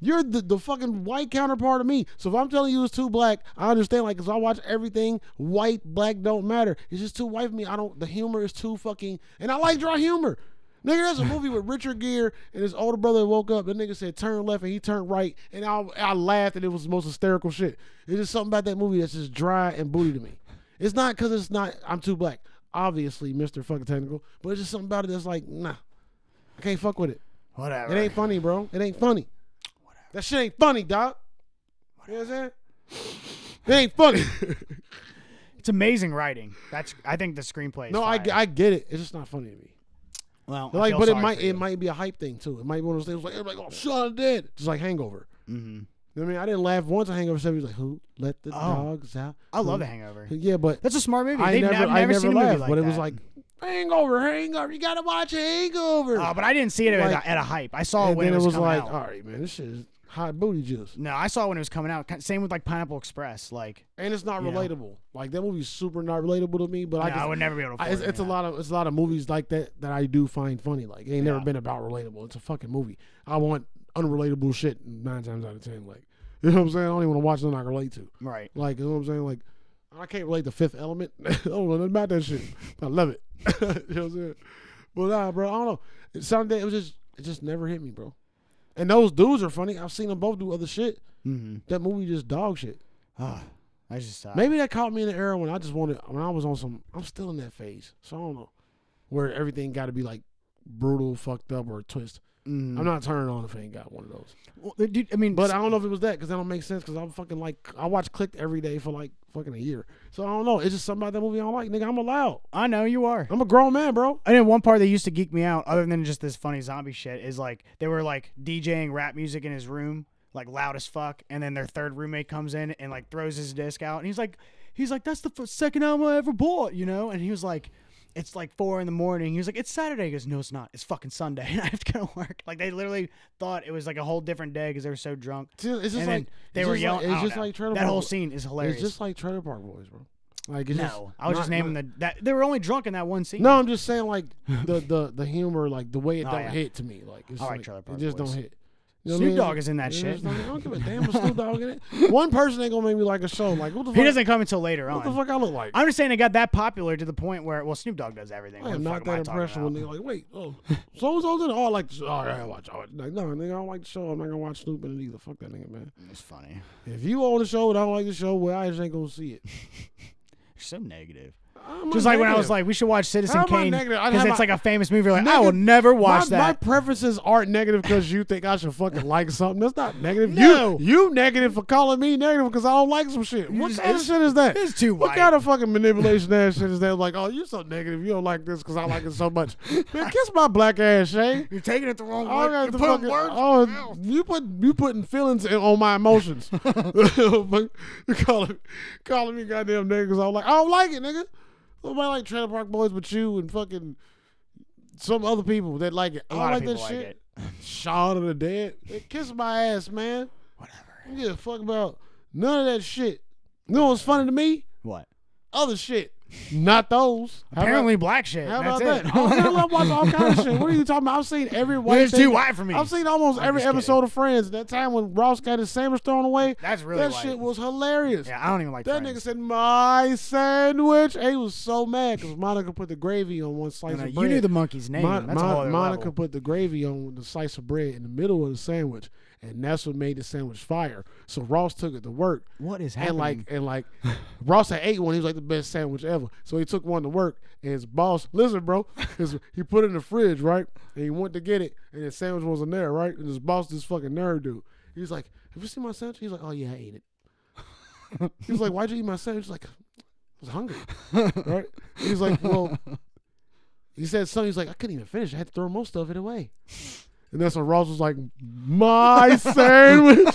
You're the, the fucking white counterpart of me. So if I'm telling you it's too black, I understand. Like, cause I watch everything white, black don't matter. It's just too white for me. I don't. The humor is too fucking. And I like dry humor. Nigga, there's a movie with Richard Gere and his older brother woke up. The nigga said turn left and he turned right, and I I laughed and it was the most hysterical shit. It's just something about that movie that's just dry and booty to me. It's not because it's not. I'm too black, obviously, Mister Fucking Technical. But it's just something about it that's like nah, I can't fuck with it.
Whatever.
It ain't funny, bro. It ain't funny. That shit ain't funny, dog. You know what I'm saying? It ain't
<laughs>
funny.
It's amazing writing. That's. I think the screenplay. Is
no, I,
fire.
I get it. It's just not funny to me.
well, I
Like,
feel
but it
sorry
might
for you.
it might be a hype thing too. It might be one of those things like everybody go, "Oh, "Shot of dead," just like Hangover.
Mhm.
You know what I mean, I didn't laugh once. at Hangover seven. He was like, "Who let the dogs out?"
Oh. I love The
Who-
Hangover.
Yeah, but
That's a smart movie.
I
They've-
never,
I've never
I never
seen a movie
laughed.
like
but it
that.
was like Hangover, hangover. You gotta watch Hangover.
Uh, but I didn't see it at,
Like-
a, at a hype. I saw it
and
when
then
it was, coming
like, uh,
out.
all right, man, this shit is hot booty juice,
no, I saw it when it was coming out. Ki- Same with like Pineapple Express. Like,
and it's not
Yeah.
relatable. Like that movie's super not relatable to me. But
no, I,
I, can,
would never be able to.
I
afford
it's,
it,
it's a
yeah.
lot of it's a lot of movies like that that I do find funny. Like it ain't never
Yeah.
been about relatable. It's a fucking movie. I want unrelatable shit nine times out of ten. Like <laughs> you know what I'm saying? I don't even want to watch something I can relate to.
Right.
Like you know what I'm saying? Like I can't relate to Fifth Element. <laughs> I don't know nothing about that shit. I love it. <laughs> you know what I'm saying? But nah, bro, I don't know. It sounded it was just it just never hit me, bro. And those dudes are funny. I've seen them both do other shit.
Mm-hmm.
That movie just dog shit.
I just uh,
Ah. Maybe that caught me in the era when I just wanted when I was on some I'm still in that phase. So I don't know. Where everything gotta be like brutal, fucked up, or a twist.
mm.
I'm not turning on if I ain't got one of those.
Well, dude, I mean,
But I don't know if it was that because that don't make sense because I'm fucking like I watch Clicked every day for like fucking a year. So I don't know. It's just something about that movie I don't like, nigga. I'm allowed.
I know you are.
I'm a grown man, bro.
And then one part that used to geek me out, other than just this funny zombie shit, is like they were like DJing rap music in his room, like loud as fuck. And then their third roommate comes in and like throws his disc out, and he's like, he's like, that's the f- second album I ever bought, you know. And he was like, it's like four in the morning. He was like, it's Saturday. He goes, no, it's not. It's fucking Sunday, <laughs> and I have to go to work. Like they literally thought it was like a whole different day because they were so drunk.
It's just, it's just
and
like
then they
it's
were
just Like,
yelling. I
it's
don't
just
know.
like Trailer
that
Park
whole
Boys.
scene is hilarious.
It's just like Trailer Park Boys, bro. Like it's just,
no, I was
not-
just naming
not-
the that they were only drunk in that one scene.
No, I'm just saying like the the the humor, like the way it
<laughs> Oh,
don't
yeah.
hit to me, like it's
I like
like,
Trailer Park
it just
Boys.
don't hit. You know what I
Snoop
mean?
Dogg is in that
It's
shit.
just like, I don't give a damn if Snoop Dogg in
<laughs>
it. One person ain't gonna make me like a show. Like what the
He
fuck?
doesn't come until later
what
on.
the fuck I look like?
I'm just saying it got that popular to the point where well Snoop Dogg does everything.
I
What
am
the
not
fuck am
that
I talking
impressed when
about?
they're like, wait, oh, so and so's in it. Oh, I like the show. Oh, yeah, I watch. I watch. Like, no, nigga, I don't like the show. I'm not gonna watch Snoop in it either. Fuck that nigga, man.
It's funny.
If you own the show and I don't like the show, well, I just ain't gonna see
<laughs>
it.
You're so negative.
I'm a
Just like when I was
negative.
like, we should watch Citizen
How am I
Kane
negative? I
because
have
it's
my-
like a famous movie. Like I
Negative-
will never watch
my, My
that.
preferences aren't negative because you think I should fucking like something. That's not negative.
No.
You you negative for calling me negative because I don't like some shit.
You
What
just-
kind of
it's-
shit is that?
it's too
What
white.
kind of fucking manipulation ass shit is that? Like, oh, you're so negative. You don't like this because I like it so much. Man, kiss my black ass, Shay.
You're taking it the wrong
I got the fucking- oh, you put you putting feelings in, on my emotions. <laughs> But you calling calling me goddamn niggas. I'm like, I don't like it, nigga. Nobody like Trailer Park Boys but you and fucking some other people that like it. I
A
don't
lot
like
of
that
people like
shit.
it. <laughs>
Shaun of the Dead. Hey, kiss my ass, man.
Whatever.
You give a fuck about none of that shit. You know what's funny to me?
What?
Other shit. Not those. How about-
Apparently black shit.
how about
That's
that?
it.
Oh, man, I watch all kinds of shit. What are you talking about? I've seen
<laughs>
every white
It's
thing-
too white for me.
I've seen almost
I'm
every
just kidding.
episode of Friends. That time when Ross got his sandwich thrown away,
That's really
that
white.
shit was hilarious.
yeah, I don't even like
That
Friends.
nigga said, "My sandwich." And he was so mad because Monica put the gravy on one slice
And, uh,
of bread.
you knew the monkey's name.
Mon-
That's a
Mon-
whole other
Monica
level.
put the gravy on the slice of bread in the middle of the sandwich, and that's what made the sandwich fire. So Ross took it to work,
What is happening?
and like and like Ross had ate one. He was like the best sandwich ever. So he took one to work, and his boss, listen, bro, his, he put it in the fridge, right? And he went to get it, and his sandwich wasn't there, right? And his boss, this fucking nerd dude, he was like, "Have you seen my sandwich?" He's like, "Oh yeah, I ate it." he was like, "Why'd you eat my sandwich?" <laughs> He's like, "I was hungry." right? He's like, well, he said something. He's like, I couldn't even finish. I had to throw most of it away. And that's when Ross was like,
<laughs>
my sandwich. <laughs>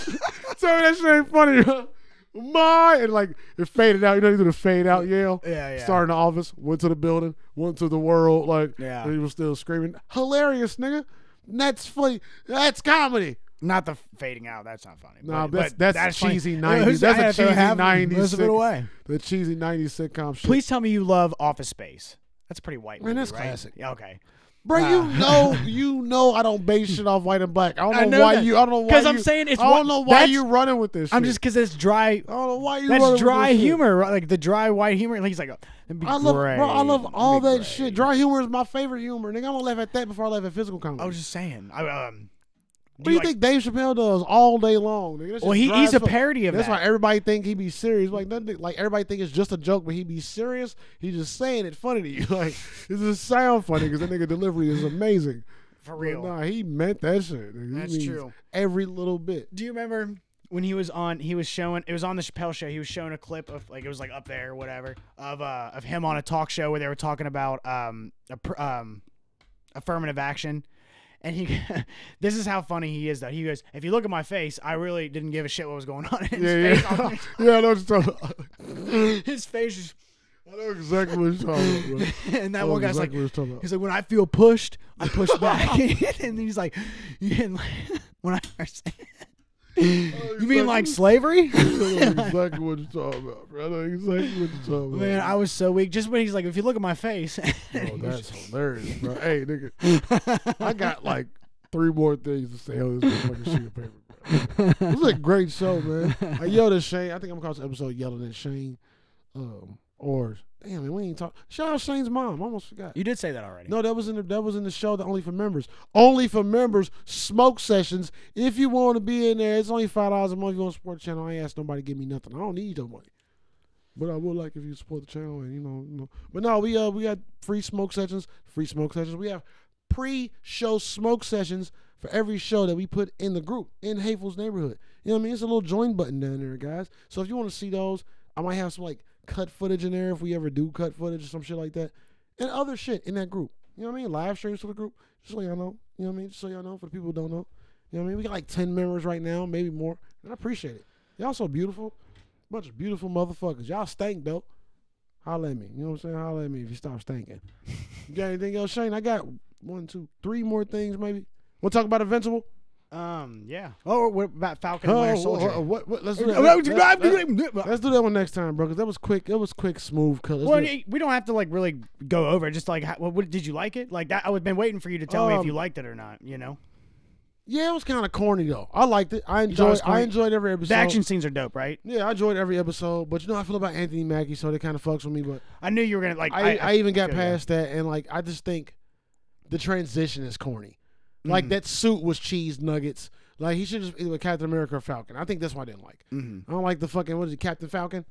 so that shit ain't funny. huh? My and like it faded out. You know, he did a fade out yell.
Yeah, yeah.
Started in the office, went to the building, went to the world. Like,
Yeah.
and he was still screaming, hilarious, nigga. That's funny. That's comedy.
Not the fading out. That's not funny.
Nah,
but,
but that's
but
that's,
that's
a
funny.
cheesy
<laughs> I
'90s.
had
That's a
to
cheesy
have-
'90s.
most of it
sitcom-
away.
The cheesy '90s sitcom shit.
Please tell me you love Office Space. That's a pretty white.
Man,
movie,
that's
right?
classic.
Yeah, okay.
Bro, you
Ah. <laughs>
know, you know, I don't base shit off white and black. I don't know,
I know
why
that.
you. I don't know why.
'Cause I'm
you-
saying it's
I don't
what-
know why
that's-
you running with this.
I'm
shit.
just because it's dry.
I don't know why Oh, you. running
That's
with
dry
this shit.
humor, right? like the dry white humor. Like he's like, that'd be
I love,
great.
bro. I love
That'd
all
be
that
great."
shit. Dry humor is my favorite humor. Nigga, I don't laugh at that before I laugh at physical comedy.
I was just saying. I, um,
what do you
like-
think Dave Chappelle does all day long? Nigga, That
Well,
shit
he,
dry
he's
as
a
fuck.
parody of
That's
that.
why everybody think he be serious. Like nothing. Like everybody think it's just a joke, but he be serious. He just saying it funny to you. <laughs> Like it just sound funny because that nigga delivery is amazing.
for
But
real.
Nah, he meant that shit. nigga. He
That's
means
true.
Every little bit.
Do you remember when he was on? He was showing. It was on the Chappelle show. He was showing a clip of like it was like up there or whatever of uh of him on a talk show where they were talking about um a, pr- um affirmative action. And he, <laughs> this is how funny he is though. He goes, "If you look at my face, I really didn't give a shit what was going on in <laughs> his
<laughs> Yeah,
face. <laughs>
yeah, yeah. I know what you're talking about.
His face is
I know exactly what you're talking
<laughs>
about, bro.
and
I
that
know
one guy's
Oh, exactly what
like,
you're talking about.
he's like, when I feel pushed, I push
<laughs>
back. <laughs> and he's like, you mean like, <laughs> when I you mean like <laughs> slavery?
I know exactly what you're talking about, bro. I know exactly what you're talking about.
Man, I was so weak. Just when he's like, if you look at my face, <laughs>
Bro, that's hilarious, bro. Hey, nigga,
<laughs>
I got like three more things to say on this fucking sheet of paper. Bro. This is a great show, man. I yelled at Shane. I think I'm gonna call this episode yelling at Shane. Um, or damn, man, we ain't talk. Shout out Shane's mom. I almost forgot.
you did say that already.
No, that was in the that was in the show. The only for members, only for members. Smoke sessions. If you want to be in there, it's only five dollars a month. If you want to support the channel? I ain't ask nobody to give me nothing. I don't need no money. But I would like if you support the channel and you know, you know. But no, we uh we got free smoke sessions, free smoke sessions. We have pre-show smoke sessions for every show that we put in the group in Hateful's neighborhood. You know what I mean? It's a little join button down there, guys. So if you want to see those, I might have some like cut footage in there if we ever do cut footage or some shit like that, and other shit in that group. You know what I mean? Live streams for the group, just so y'all know. You know what I mean? Just so y'all know for the people who don't know. You know what I mean? We got like ten members right now, maybe more, and I appreciate it. Y'all so beautiful. Bunch of beautiful motherfuckers. Y'all stank though. Holla at me. You know what I'm saying? Holla at me if you stop stanking. you got anything else, Shane? I got one, two, three more things maybe. We'll talk about Invincible.
Um, yeah. Oh, what about Falcon and Winter
Oh,
Soldier?
oh, oh, what, what, let's do that. Let's, let's- let's-
Well,
let's do that one next time, bro. Cause that was quick. It was quick, smooth. Cut. Let's do that.
we don't have to like really go over. it, Just like, how, what, what- did you like it? Like that, I've been waiting for you to tell me if you
Um,
liked it or not. You know,
yeah, it was kind of corny though. I liked it. I
thought it
enjoyed.
was corny?
I enjoyed every episode.
the action scenes are dope, right?
Yeah, I enjoyed every episode. But you know, how I feel about Anthony Mackie, so that kind of fucks with me. But
I knew you were gonna like.
I, I, even got
feel ya.
past that, and like I just think the transition is corny. Like
Mm.
that suit was cheese nuggets. Like he should just either with Captain America or Falcon. I think that's what I didn't like. I don't like the fucking what is it, Captain Falcon?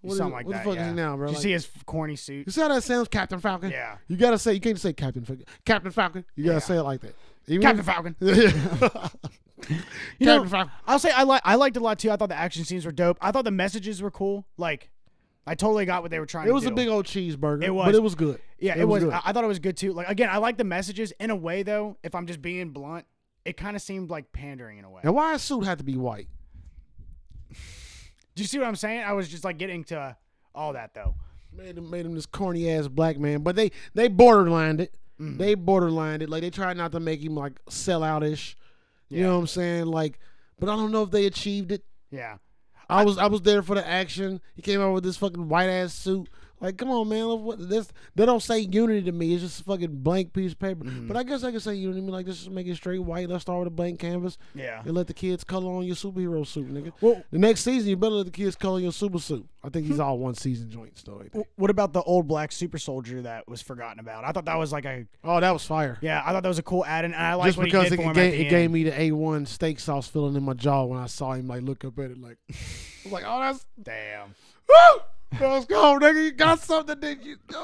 What is-
something Mm-hmm. like
what
that.
the fuck
yeah.
is he now, bro?
Did you
Like- Mm-hmm.
see his f- corny suit?
You <laughs> see how that sounds, Captain Falcon?
Yeah.
You gotta say you can't just say Captain Falcon. Captain Falcon. You gotta
Yeah.
say it like that. Even
Captain
if- <laughs>
Falcon.
Captain
You know,
Falcon.
I'll say I like I liked it a lot too. I thought the action scenes were dope. I thought the messages were cool. Like, I totally got what they were trying.
It was
to
a
do.
big old cheeseburger.
It
but
was.
it was good.
Yeah, it, was.
good.
I, I thought it was good too. Like again, I like the messages in a way though. If I'm just being blunt, it kind of seemed like pandering in a way.
and why a suit had to be white?
Do you see what I'm saying? I was just like getting to all that though.
Made him made him this corny ass black man. But they they borderlined it.
Mm-hmm.
They borderlined it. Like they tried not to make him like sell out ish. You know what I'm saying? Like, but I don't know if they achieved it.
Yeah.
I was I was there for the action. He came out with this fucking white ass suit. Like, come on, man. What this? They don't say unity to me. It's just a fucking blank piece of paper.
Mm-hmm.
But I guess I can say unity. I mean, like, let's just make it straight white. Let's start with a blank canvas.
Yeah.
And let the kids color on your superhero suit, nigga.
Well-
the next season, you better let the kids color your super suit. I think these all one season joints though. ain't they?
What about the old black super soldier that was forgotten about? I thought that was like a
Oh, that was fire.
yeah. I thought that was a cool add in, and I like
just
what
because
he
it,
did for him
gave,
at the
it gave
end.
me the A one steak sauce feeling in my jaw when I saw him like look up at it like, <laughs> I was like, oh that's
Damn.
woo, let's go, nigga. You got something that you do.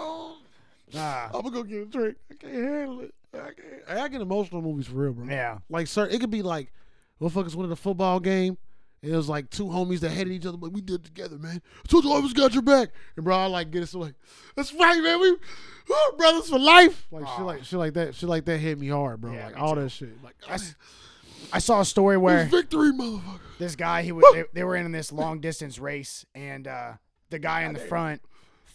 Ah,
I'm gonna go get a drink. I can't handle it. I can't. Hey, I get emotional in movies for real, bro.
yeah.
Like, sir, it could be like, motherfuckers winning a football game, and it was like two homies that hated each other, but we did it together, man. Two always got your back, and bro, I like get it so like, that's right, man. We, we're brothers for life. Like shit,
Aw.
like shit, like that. Shit like that hit me hard, bro.
Yeah,
like
me
all that shit. Like, I,
I saw a story where
victory, motherfucker.
this guy he was they, they were in this long distance race and uh the guy in the front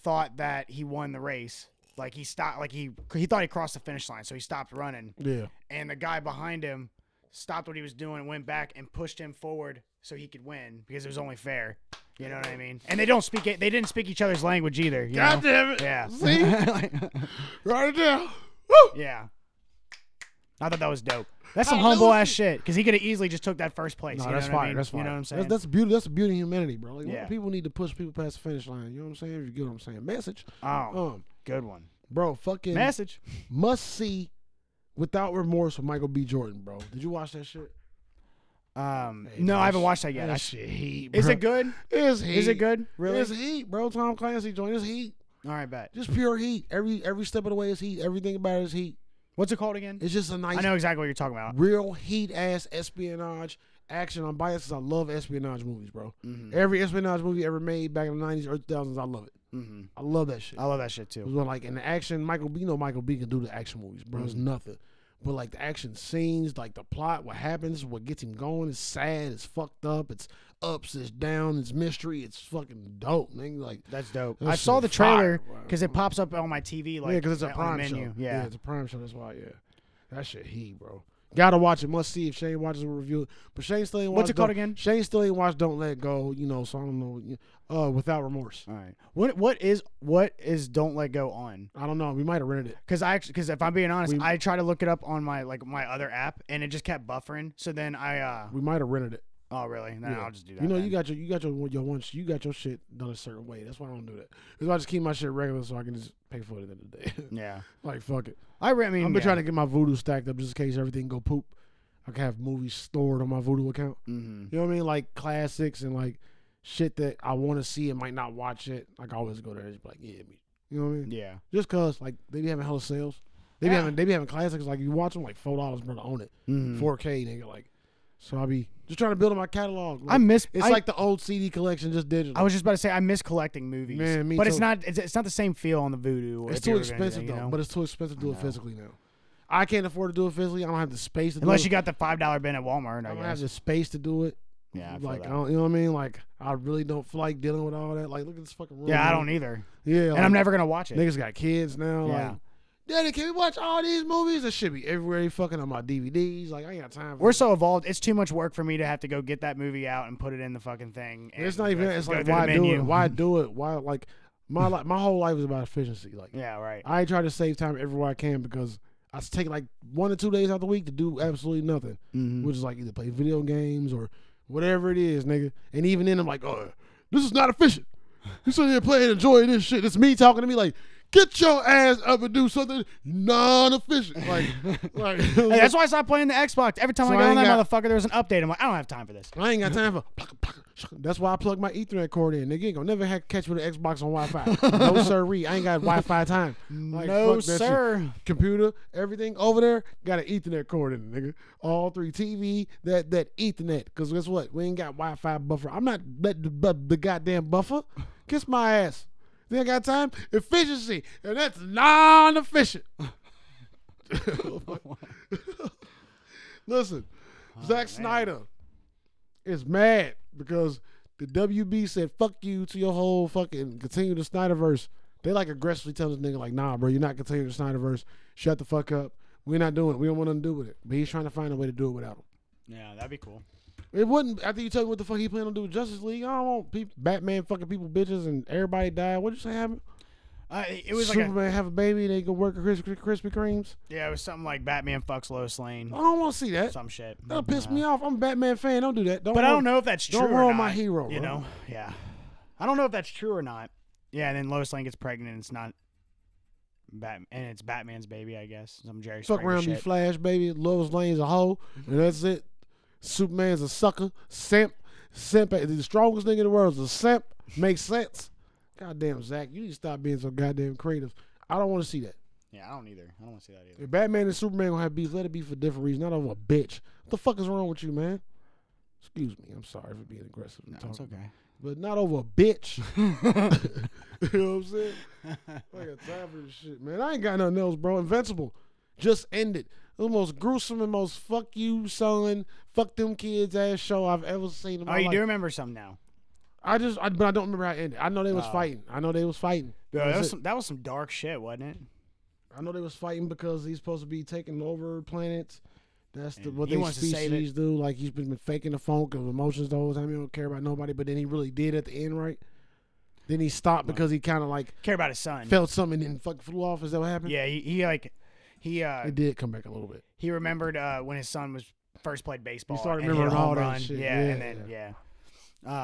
thought that he won the race like he stopped like he he thought he crossed the finish line so he stopped running
Yeah.
and the guy behind him stopped what he was doing and went back and pushed him forward so he could win because it was only fair you know what i mean and they don't speak it they didn't speak each other's language either you
God
know?
damn it. <laughs>
yeah <laughs>
See, right there. Woo.
yeah i thought that was dope that's some
I
humble
know.
ass shit because he could have easily just took that first place
No,
you know
that's
what I
fine.
mean?
That's fine.
you know what i'm saying
That's, that's beauty. That's the beauty of humanity, bro. Like,
Yeah.
people need to push people past the finish line. You know what I'm saying? If you get what I'm saying, message.
oh
Um,
good one
bro, fucking
message
must see without remorse with Michael B. Jordan, bro. Did you watch that shit?
Um, no, I haven't watched that yet. I,
shit heat.
is it good?
<laughs> It's heat.
Is it good? Really?
It's heat, bro. Tom Clancy joined. It's heat.
All right, bet.
Just pure heat. Every every step of the way is heat. Everything about it is heat.
What's it called again?
It's just a nice
I know exactly what you're talking about.
real heat ass espionage action. I'm biased 'cause I love espionage movies, bro.
Mm-hmm.
Every espionage movie ever made back in the 90s or 2000s, I love it.
Mhm.
I love that shit.
I love that shit
It
too.
was like in the action, Michael B. You know Michael B. can do the action movies, bro. It's nothing. But like the action scenes, like the plot, what happens, what gets him going, it's sad, it's fucked up, it's ups, it's down, it's mystery, it's fucking dope, nigga. Like
That's dope.
That
I
shit
saw the
fire,
trailer
bro.
because it pops up on my TV. Like,
yeah, because it's a
on the
prime
menu.
show.
Yeah.
it's a prime show. That's why. Yeah, that shit heat, bro. Gotta watch it. Must see if Shane watches a review. it. But Shane still ain't watched
What's it called
Don't-
again?
Shane still ain't watched Don't Let Go. You know, so I don't know. Uh, without remorse.
All right. What what is what is Don't Let Go on?
I don't know. We might have rented it.
Because I actually, because if I'm being honest,
We-
I tried to look it up on my like my other app, and it just kept buffering. So then I, uh
We might have rented it.
oh really? Then
Yeah.
I'll just do that.
You know, you
then.
got your you got your your one you got your shit done a certain way. That's why I don't do that. That's why I just keep my shit regular so I can just pay for it at the end of the day. <laughs>
yeah.
like fuck it.
I, re- I mean,
I've been
yeah.
trying to get my voodoo stacked up just in case everything go poop. I can have movies stored on my voodoo account.
Mhm.
You know what I mean? Like classics and like shit that I want to see and might not watch it. Like I always go there and just be like, yeah, me. You know what I mean?
Yeah.
Just cause like they be having hella sales. They be
Yeah.
having they be having classics like you watch them like four dollars bro to own it,
Mhm.
4K nigga like. So I be just trying to build up my catalog. Like,
I miss.
it's
I,
like the old CD collection just digital.
I was just about to say I miss collecting movies.
Man, me
but it's
too.
not it's, it's not the same feel on the voodoo.
it's
if
too
you were gonna do that,
expensive
you
though,
know?
but it's too expensive to do it physically now. I can't afford to do it physically. I don't have the space to do
unless
it.
you got the five dollar bin at Walmart,
I
I
don't have
guess.
the space to do it.
Yeah. I feel
like I
that.
don't, you know what I mean? Like I really don't feel like dealing with all that. Like look at this fucking room.
yeah, I
man.
don't either,
Yeah,
and I'm never gonna watch it.
Niggas got kids now.
Yeah.
Like, Daddy, can we watch all these movies? That should be everywhere. They fucking on my DVDs. Like, I ain't got time for
We're
that.
so evolved. It's too much work for me to have to go get that movie out and put it in the fucking thing.
And It's
and
not even.
go-
It's
go
like
through the
why do it?
menu. <laughs>
Why do it? Why like my li- my whole life is about efficiency. Like,
Yeah. Right.
I try to save time everywhere I can because I s- take like one or two days out the week to do absolutely nothing,
Mhm.
which is like either play video games or whatever it is, nigga. And even then, I'm like, oh, this is not efficient. You sitting here playing, enjoying this shit. It's me talking to me like, get your ass up and do something non-efficient. Like, like <laughs>
Hey, that's why I stopped playing the Xbox. Every time
So
I
I
got on
ain't
that
got-
motherfucker, there was an update. I'm like, I don't have time for this.
I ain't got time for. pluck, pluck, sh- That's why I plug my Ethernet cord in. Nigga ain't gonna never have catch with an Xbox on
<laughs>
Wi-Fi. no sirree. I ain't got Wi-Fi time. Like,
no,
fuck that shit.
sir.
Computer, everything over there got an Ethernet cord in, it, nigga. All three TV, that that Ethernet. Cause guess what? We ain't got Wi-Fi buffer. I'm not let the, bu- the goddamn buffer. Kiss my ass. They ain't got time. Efficiency, and that's
<laughs>
non-efficient. <laughs> Listen,
Oh,
Zack Snyder is mad because the WB said "fuck you" to your whole fucking continue the Snyderverse. They like aggressively tell this nigga like, "Nah, bro, you're not continuing the Snyderverse. Shut the fuck up. We're not doing it. We don't want nothing to do with it." But he's trying to find a way to do it without him.
Yeah, that'd be cool.
It wouldn't after you tell me what the fuck he plan on doing with Justice League. I don't want peop Batman fucking people bitches and everybody died. What would you say happened?
Uh, it it was like a,
Superman have a baby. They go work at Kris- Krispy Kremes.
yeah, it was something like Batman fucks Lois Lane,
I don't want to see that.
some shit.
That'll piss
Yeah.
me off. I'm a Batman fan. Don't do that. Don't
But I
ruin-
don't know if that's true.
Oh, don't
or
ruin
not,
my hero,
You
bro.
know? Yeah. I don't know if that's true or not. Yeah, and then Lois Lane gets pregnant. and It's not Bat, and it's Batman's baby, I guess. Some Jerry
Fuck
Springer
around, be
shit.
Flash, baby. Lois Lane's a hoe, and that's it. Superman's a sucker, simp, simp. The strongest nigga in the world is a simp. Makes sense. Goddamn, Zach, you need to stop being so goddamn creative. I don't want to see that.
yeah, I don't either. I don't want to see that either.
If Batman and Superman gonna have beef, let it be for different reasons, not over a bitch. What the fuck is wrong with you, man? Excuse me, I'm sorry for being aggressive. and
No, it's
talking,
okay.
But not over a
<laughs>
bitch. <laughs> you know what I'm saying? I got time for this shit, man. I ain't got nothing else, bro. Invincible. Just end it. The most gruesome and most fuck you, son, fuck them kids ass show I've ever seen in
Oh,
my
you
life.
do remember some now.
I just, I, but I don't remember how it ended. I know they was
Oh.
fighting. I know they was fighting. That's
Yeah, that,
it.
was some, that was some dark shit, wasn't it?
I know they was fighting because he's supposed to be taking over planets. That's the,
And
what
he
they
wants to save
species do. Like he's been faking the funk of emotions the whole time. He don't care about nobody, but then he really did at the end, right? Then he stopped because he kind of like
Care about his son.
felt something and then fuck flew off. Is that what happened?
Yeah, he, he like he uh
it did come back a little bit.
he remembered uh when his son was first played baseball.
started
and hit a
remembering
home
all that
run.
shit.
Yeah,
Yeah.
and then yeah.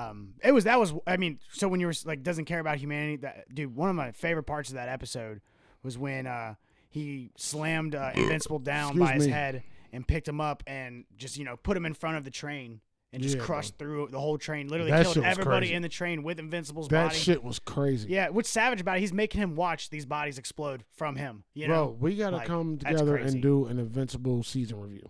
Um, it was that was I mean, so when you were like doesn't care about humanity, that dude. One of my favorite parts of that episode was when uh he slammed uh,
<coughs>
Invincible down by
Excuse
his
me.
head and picked him up and just you know put him in front of the train. And just
Yeah, bro.
crushed through the whole train, literally
That shit
killed
was
everybody
crazy.
in the train with Invincible's
That
body.
shit was crazy.
Yeah, what's savage about it? He's making him watch these bodies explode from him. You
Bro,
know,
we gotta
Like,
come
that's
together
crazy.
and do an Invincible season review.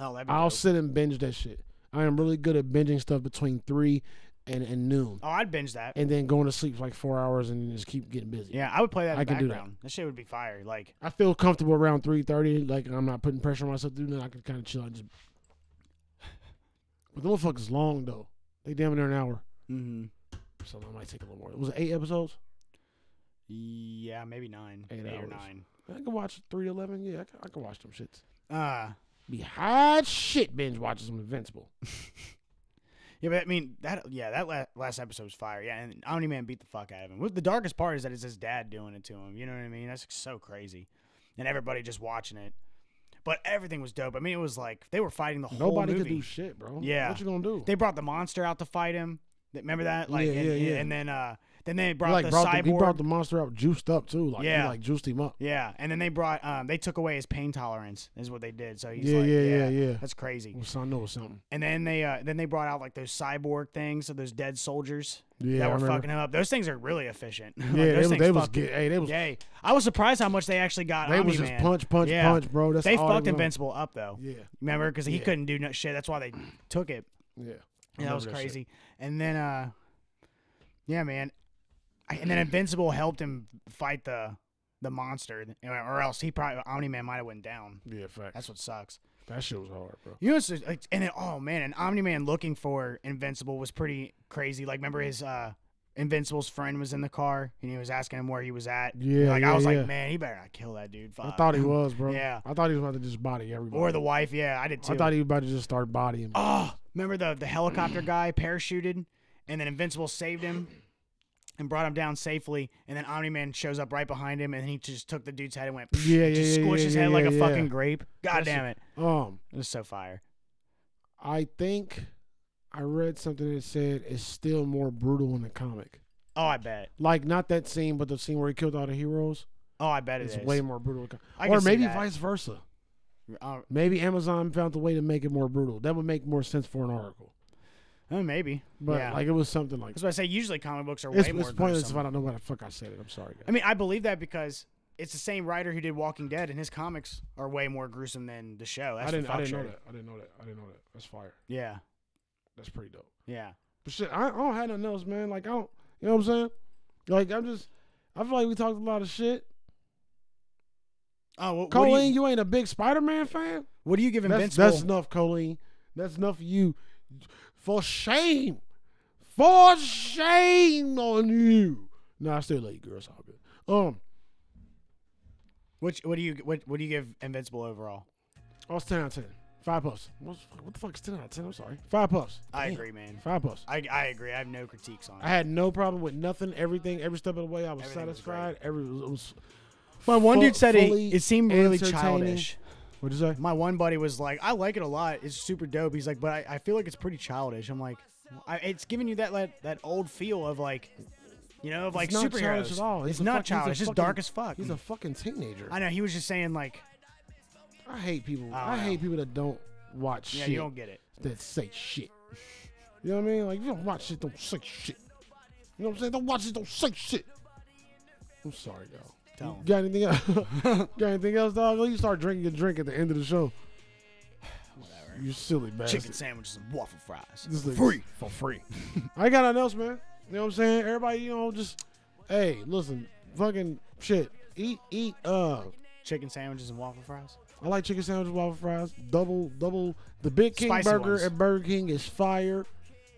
oh, that'd be
I'll
dope.
sit and binge that shit. I am really good at binging stuff between three and, and noon,
Oh, I'd binge that.
and then going to sleep for like four hours and just keep getting busy.
Yeah, I would play that. In
I
the
can do that.
background. That shit would be fire. Like,
I feel comfortable around three thirty. Like I'm not putting pressure on myself to do that. I can kind of chill and just. <sighs> But the motherfuckers long though. They damn near an hour,
mm-hmm.
so I might take a little more. Was it eight episodes?
yeah, maybe nine,
Eight
eight, or
hours.
nine.
I can watch three to eleven. Yeah, I can, I can watch them shits.
Uh
Be hot shit binge watching some Invincible.
yeah, but I mean that. Yeah, that la- last episode was fire. Yeah, and Omni Man beat the fuck out of him. What- The darkest part is that it's his dad doing it to him. You know what I mean? That's so crazy, and everybody just watching it. But everything was dope. I mean, it was like they were fighting the whole
Nobody
movie.
could do shit, bro.
Yeah.
what you gonna do?
they brought the monster out to fight him. Th- Remember that? Like,
Yeah,
and,
yeah, yeah.
and then uh, then they
He,
brought
like
the
brought
cyborg.
the, he brought the monster out juiced up too. Like yeah,
Yeah.
like juiced him up.
yeah, and then they brought um, they took away his pain tolerance. Is what they did. So he's
Yeah,
like,
yeah, yeah, yeah.
That's crazy.
Well, so I know something.
And then they uh, then they brought out like those cyborg things, so those dead soldiers
Yeah, I
that were
remember.
fucking him up. Those things are really efficient. <laughs> Like,
Yeah,
those
they, was-
things
they was
fucked-
get, hey, they was
Yay! I was surprised how much they actually got.
They was
Omni-Man.
just punch, punch,
Yeah.
punch, bro. That's
They
all
fucked
was on.
Invincible up though.
Yeah,
Remember, because he
Yeah.
couldn't do no shit. That's why they took it.
yeah.
Yeah, that was
Remember shit.
crazy. And then, uh, yeah, man. I, and then Invincible helped him fight the the monster, or else he probably Omni Man might have went down.
Yeah, facts.
That's what sucks.
that shit was hard,
<laughs>
bro.
You know, it's just, like, and then oh man, and Omni Man looking for Invincible was pretty crazy. Like, remember his uh Invincible's friend was in the car, and he was asking him where he was at.
Yeah,
like
yeah,
I was
yeah.
like, man, he better not kill that dude.
I
Fuck.
thought he was, bro.
Yeah.
I thought he was about to just body everybody.
or the wife. Yeah, I did too.
I thought he was about to just start bodying.
oh, remember the the helicopter guy parachuted, and then Invincible saved him. And brought him down safely, and then Omni Man shows up right behind him, and he just took the dude's head and went,
Yeah, yeah,
just
yeah,
squished
yeah,
his
yeah,
head like
yeah,
a
yeah.
fucking grape. God
That's-
damn it,
Um,
it was so fire.
I think I read something that said it's still more brutal in the comic.
Oh, I bet.
Like not that scene, but the scene where he killed all the heroes.
Oh, I bet it
It's
is.
way more brutal. in the co-
I can
Or
see
maybe
that.
vice versa.
Oh,
Maybe Amazon found a way to make it more brutal. That would make more sense for an article.
oh, maybe.
But
yeah.
like it was something like
That's what I say. Usually, comic books are
it's,
way more
it's pointless if
gruesome.
I don't know why the fuck I said it. I'm sorry, guys.
I mean, I believe that because it's the same writer who did Walking Dead, and his comics are way more gruesome than the show. That's
I didn't.
for
I
fuck
didn't know
sure.
that. I didn't know that. I didn't know that. That's fire.
Yeah,
That's pretty dope.
yeah.
But shit, I, I don't have nothing else, man. Like I don't. You know what I'm saying? Like I'm just. I feel like we talked a lot of shit.
Oh, what, what, do
Colleen,
you,
you, ain't a big Spider-Man fan.
what do you give
That's,
Invincible?
that's enough, Colleen. That's enough of you. For shame. For shame on you. Nah, I still love you, girls. All good. Um,
Which, what do you what, what do you give Invincible overall?
I was oh, ten out of ten. Five puffs. What, the fuck- what the fuck is ten out of ten? I'm sorry. Five puffs.
I
Damn.
agree, man.
Five puffs.
I, I agree. I have no critiques on
I
it.
had no problem with nothing, everything, every step of the way. I was
Everything was
satisfied. every it was.
My one
fu-
dude said it,
fully
it seemed really
entertaining.
childish.
What'd you say?
My one buddy was like, I like it a lot. It's super dope. He's like, but I, I feel like it's pretty childish. I'm like, I, it's giving you that like, that old feel of like, you know, of like
it's not
superheroes.
childish at all.
It's
He's a fuck- he's
not
a
childish. It's
fucking-
dark as fuck.
He's a fucking teenager.
<laughs> I
I,
know. He was just saying like,
hate people.
I
I,
don't
hate people that don't watch
yeah,
shit
you don't get it.
that say shit. You know what I mean? Like if you don't watch shit, don't say shit. You know what I'm saying? Don't watch it, don't say shit. I'm sorry, y'all.
Tell him.
Got anything else? <laughs> Got anything else, dog? You start drinking your drink at the end of the show.
<sighs> Whatever.
You silly bastard.
Chicken sandwiches and waffle fries.
This is-
free for <laughs> free.
I ain't got nothing else, man. You know what I'm saying? Everybody, you know, just hey, listen, fucking shit. Eat, eat. Uh,
Chicken sandwiches and waffle fries.
I like chicken sandwiches, waffle fries, double, double. The Big King
Spicy
burger
ones.
at Burger King is fire.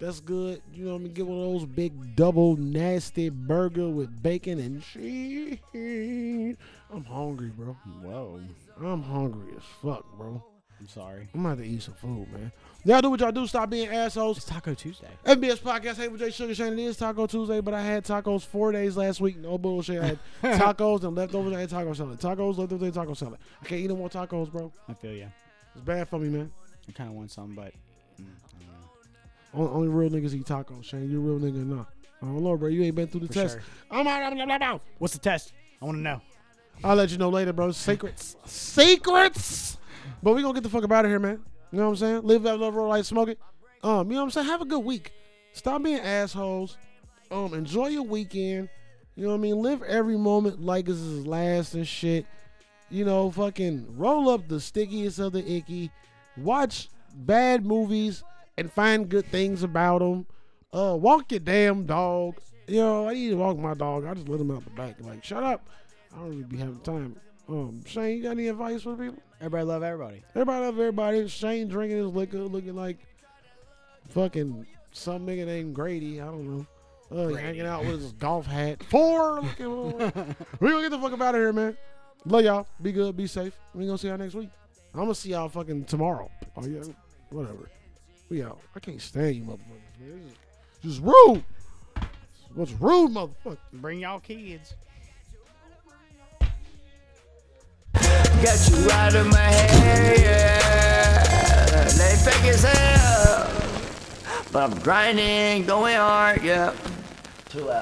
That's good. You know what I mean? Get one of those big double nasty burger with bacon and cheese. I'm hungry, bro.
Whoa.
I'm hungry as fuch, bro.
I'm sorry.
I'm about to eat some food, man. Y'all do what y'all do. Stop being assholes.
It's Taco Tuesday.
FBS Podcast, Hey with Jay Sugar Shane. It is Taco Tuesday, but I had tacos four days last week. No bullshit. I
<laughs>
had tacos and leftovers. I had taco salad. Tacos, leftovers, and taco salad. I can't eat no more tacos, bro.
I feel you.
It's bad for me, man.
I kind of want some, but mm, I don't know.
Only, only real niggas eat tacos, Shane. You a real nigga, nah. I don't know, bro. You ain't been through the
For
test.
sure.
I'm out. I'm out, I'm out.
what's the test? I want to know.
I'll let you know later, bro. Secrets. Secrets. But we gonna get the fuck up out of here, man. You know what I'm saying? Live that love, roll life, smoke it. Um, you know what I'm saying? Have a good week. Stop being assholes. Um, enjoy your weekend. You know what I mean? Live every moment like it's his last and shit. You know, fucking roll up the stickiest of the icky. Watch bad movies and find good things about them. Uh, walk your damn dog. You know, I need to walk my dog. I just let him out the back. Like, shut up. I don't really be having time. Um, Shane, you got any advice for people?
Everybody love everybody.
Everybody love everybody. Shane drinking his liquor, looking like fucking some nigga named Grady. I don't know. Uh,
Grady.
hanging out with his golf hat. Four. looking- we gonna get the fuck up out of here, man. Love y'all. Be good. Be safe. We gonna see y'all next week. I'm gonna see y'all fucking tomorrow. Oh yeah, whatever. We out. I can't stand you, motherfuckers. Man. This is- This is rude. What's rude, motherfucker?
Bring y'all kids.
Got you out of my head, yeah. They fake as hell. But I'm grinding, going hard, yeah. Two out.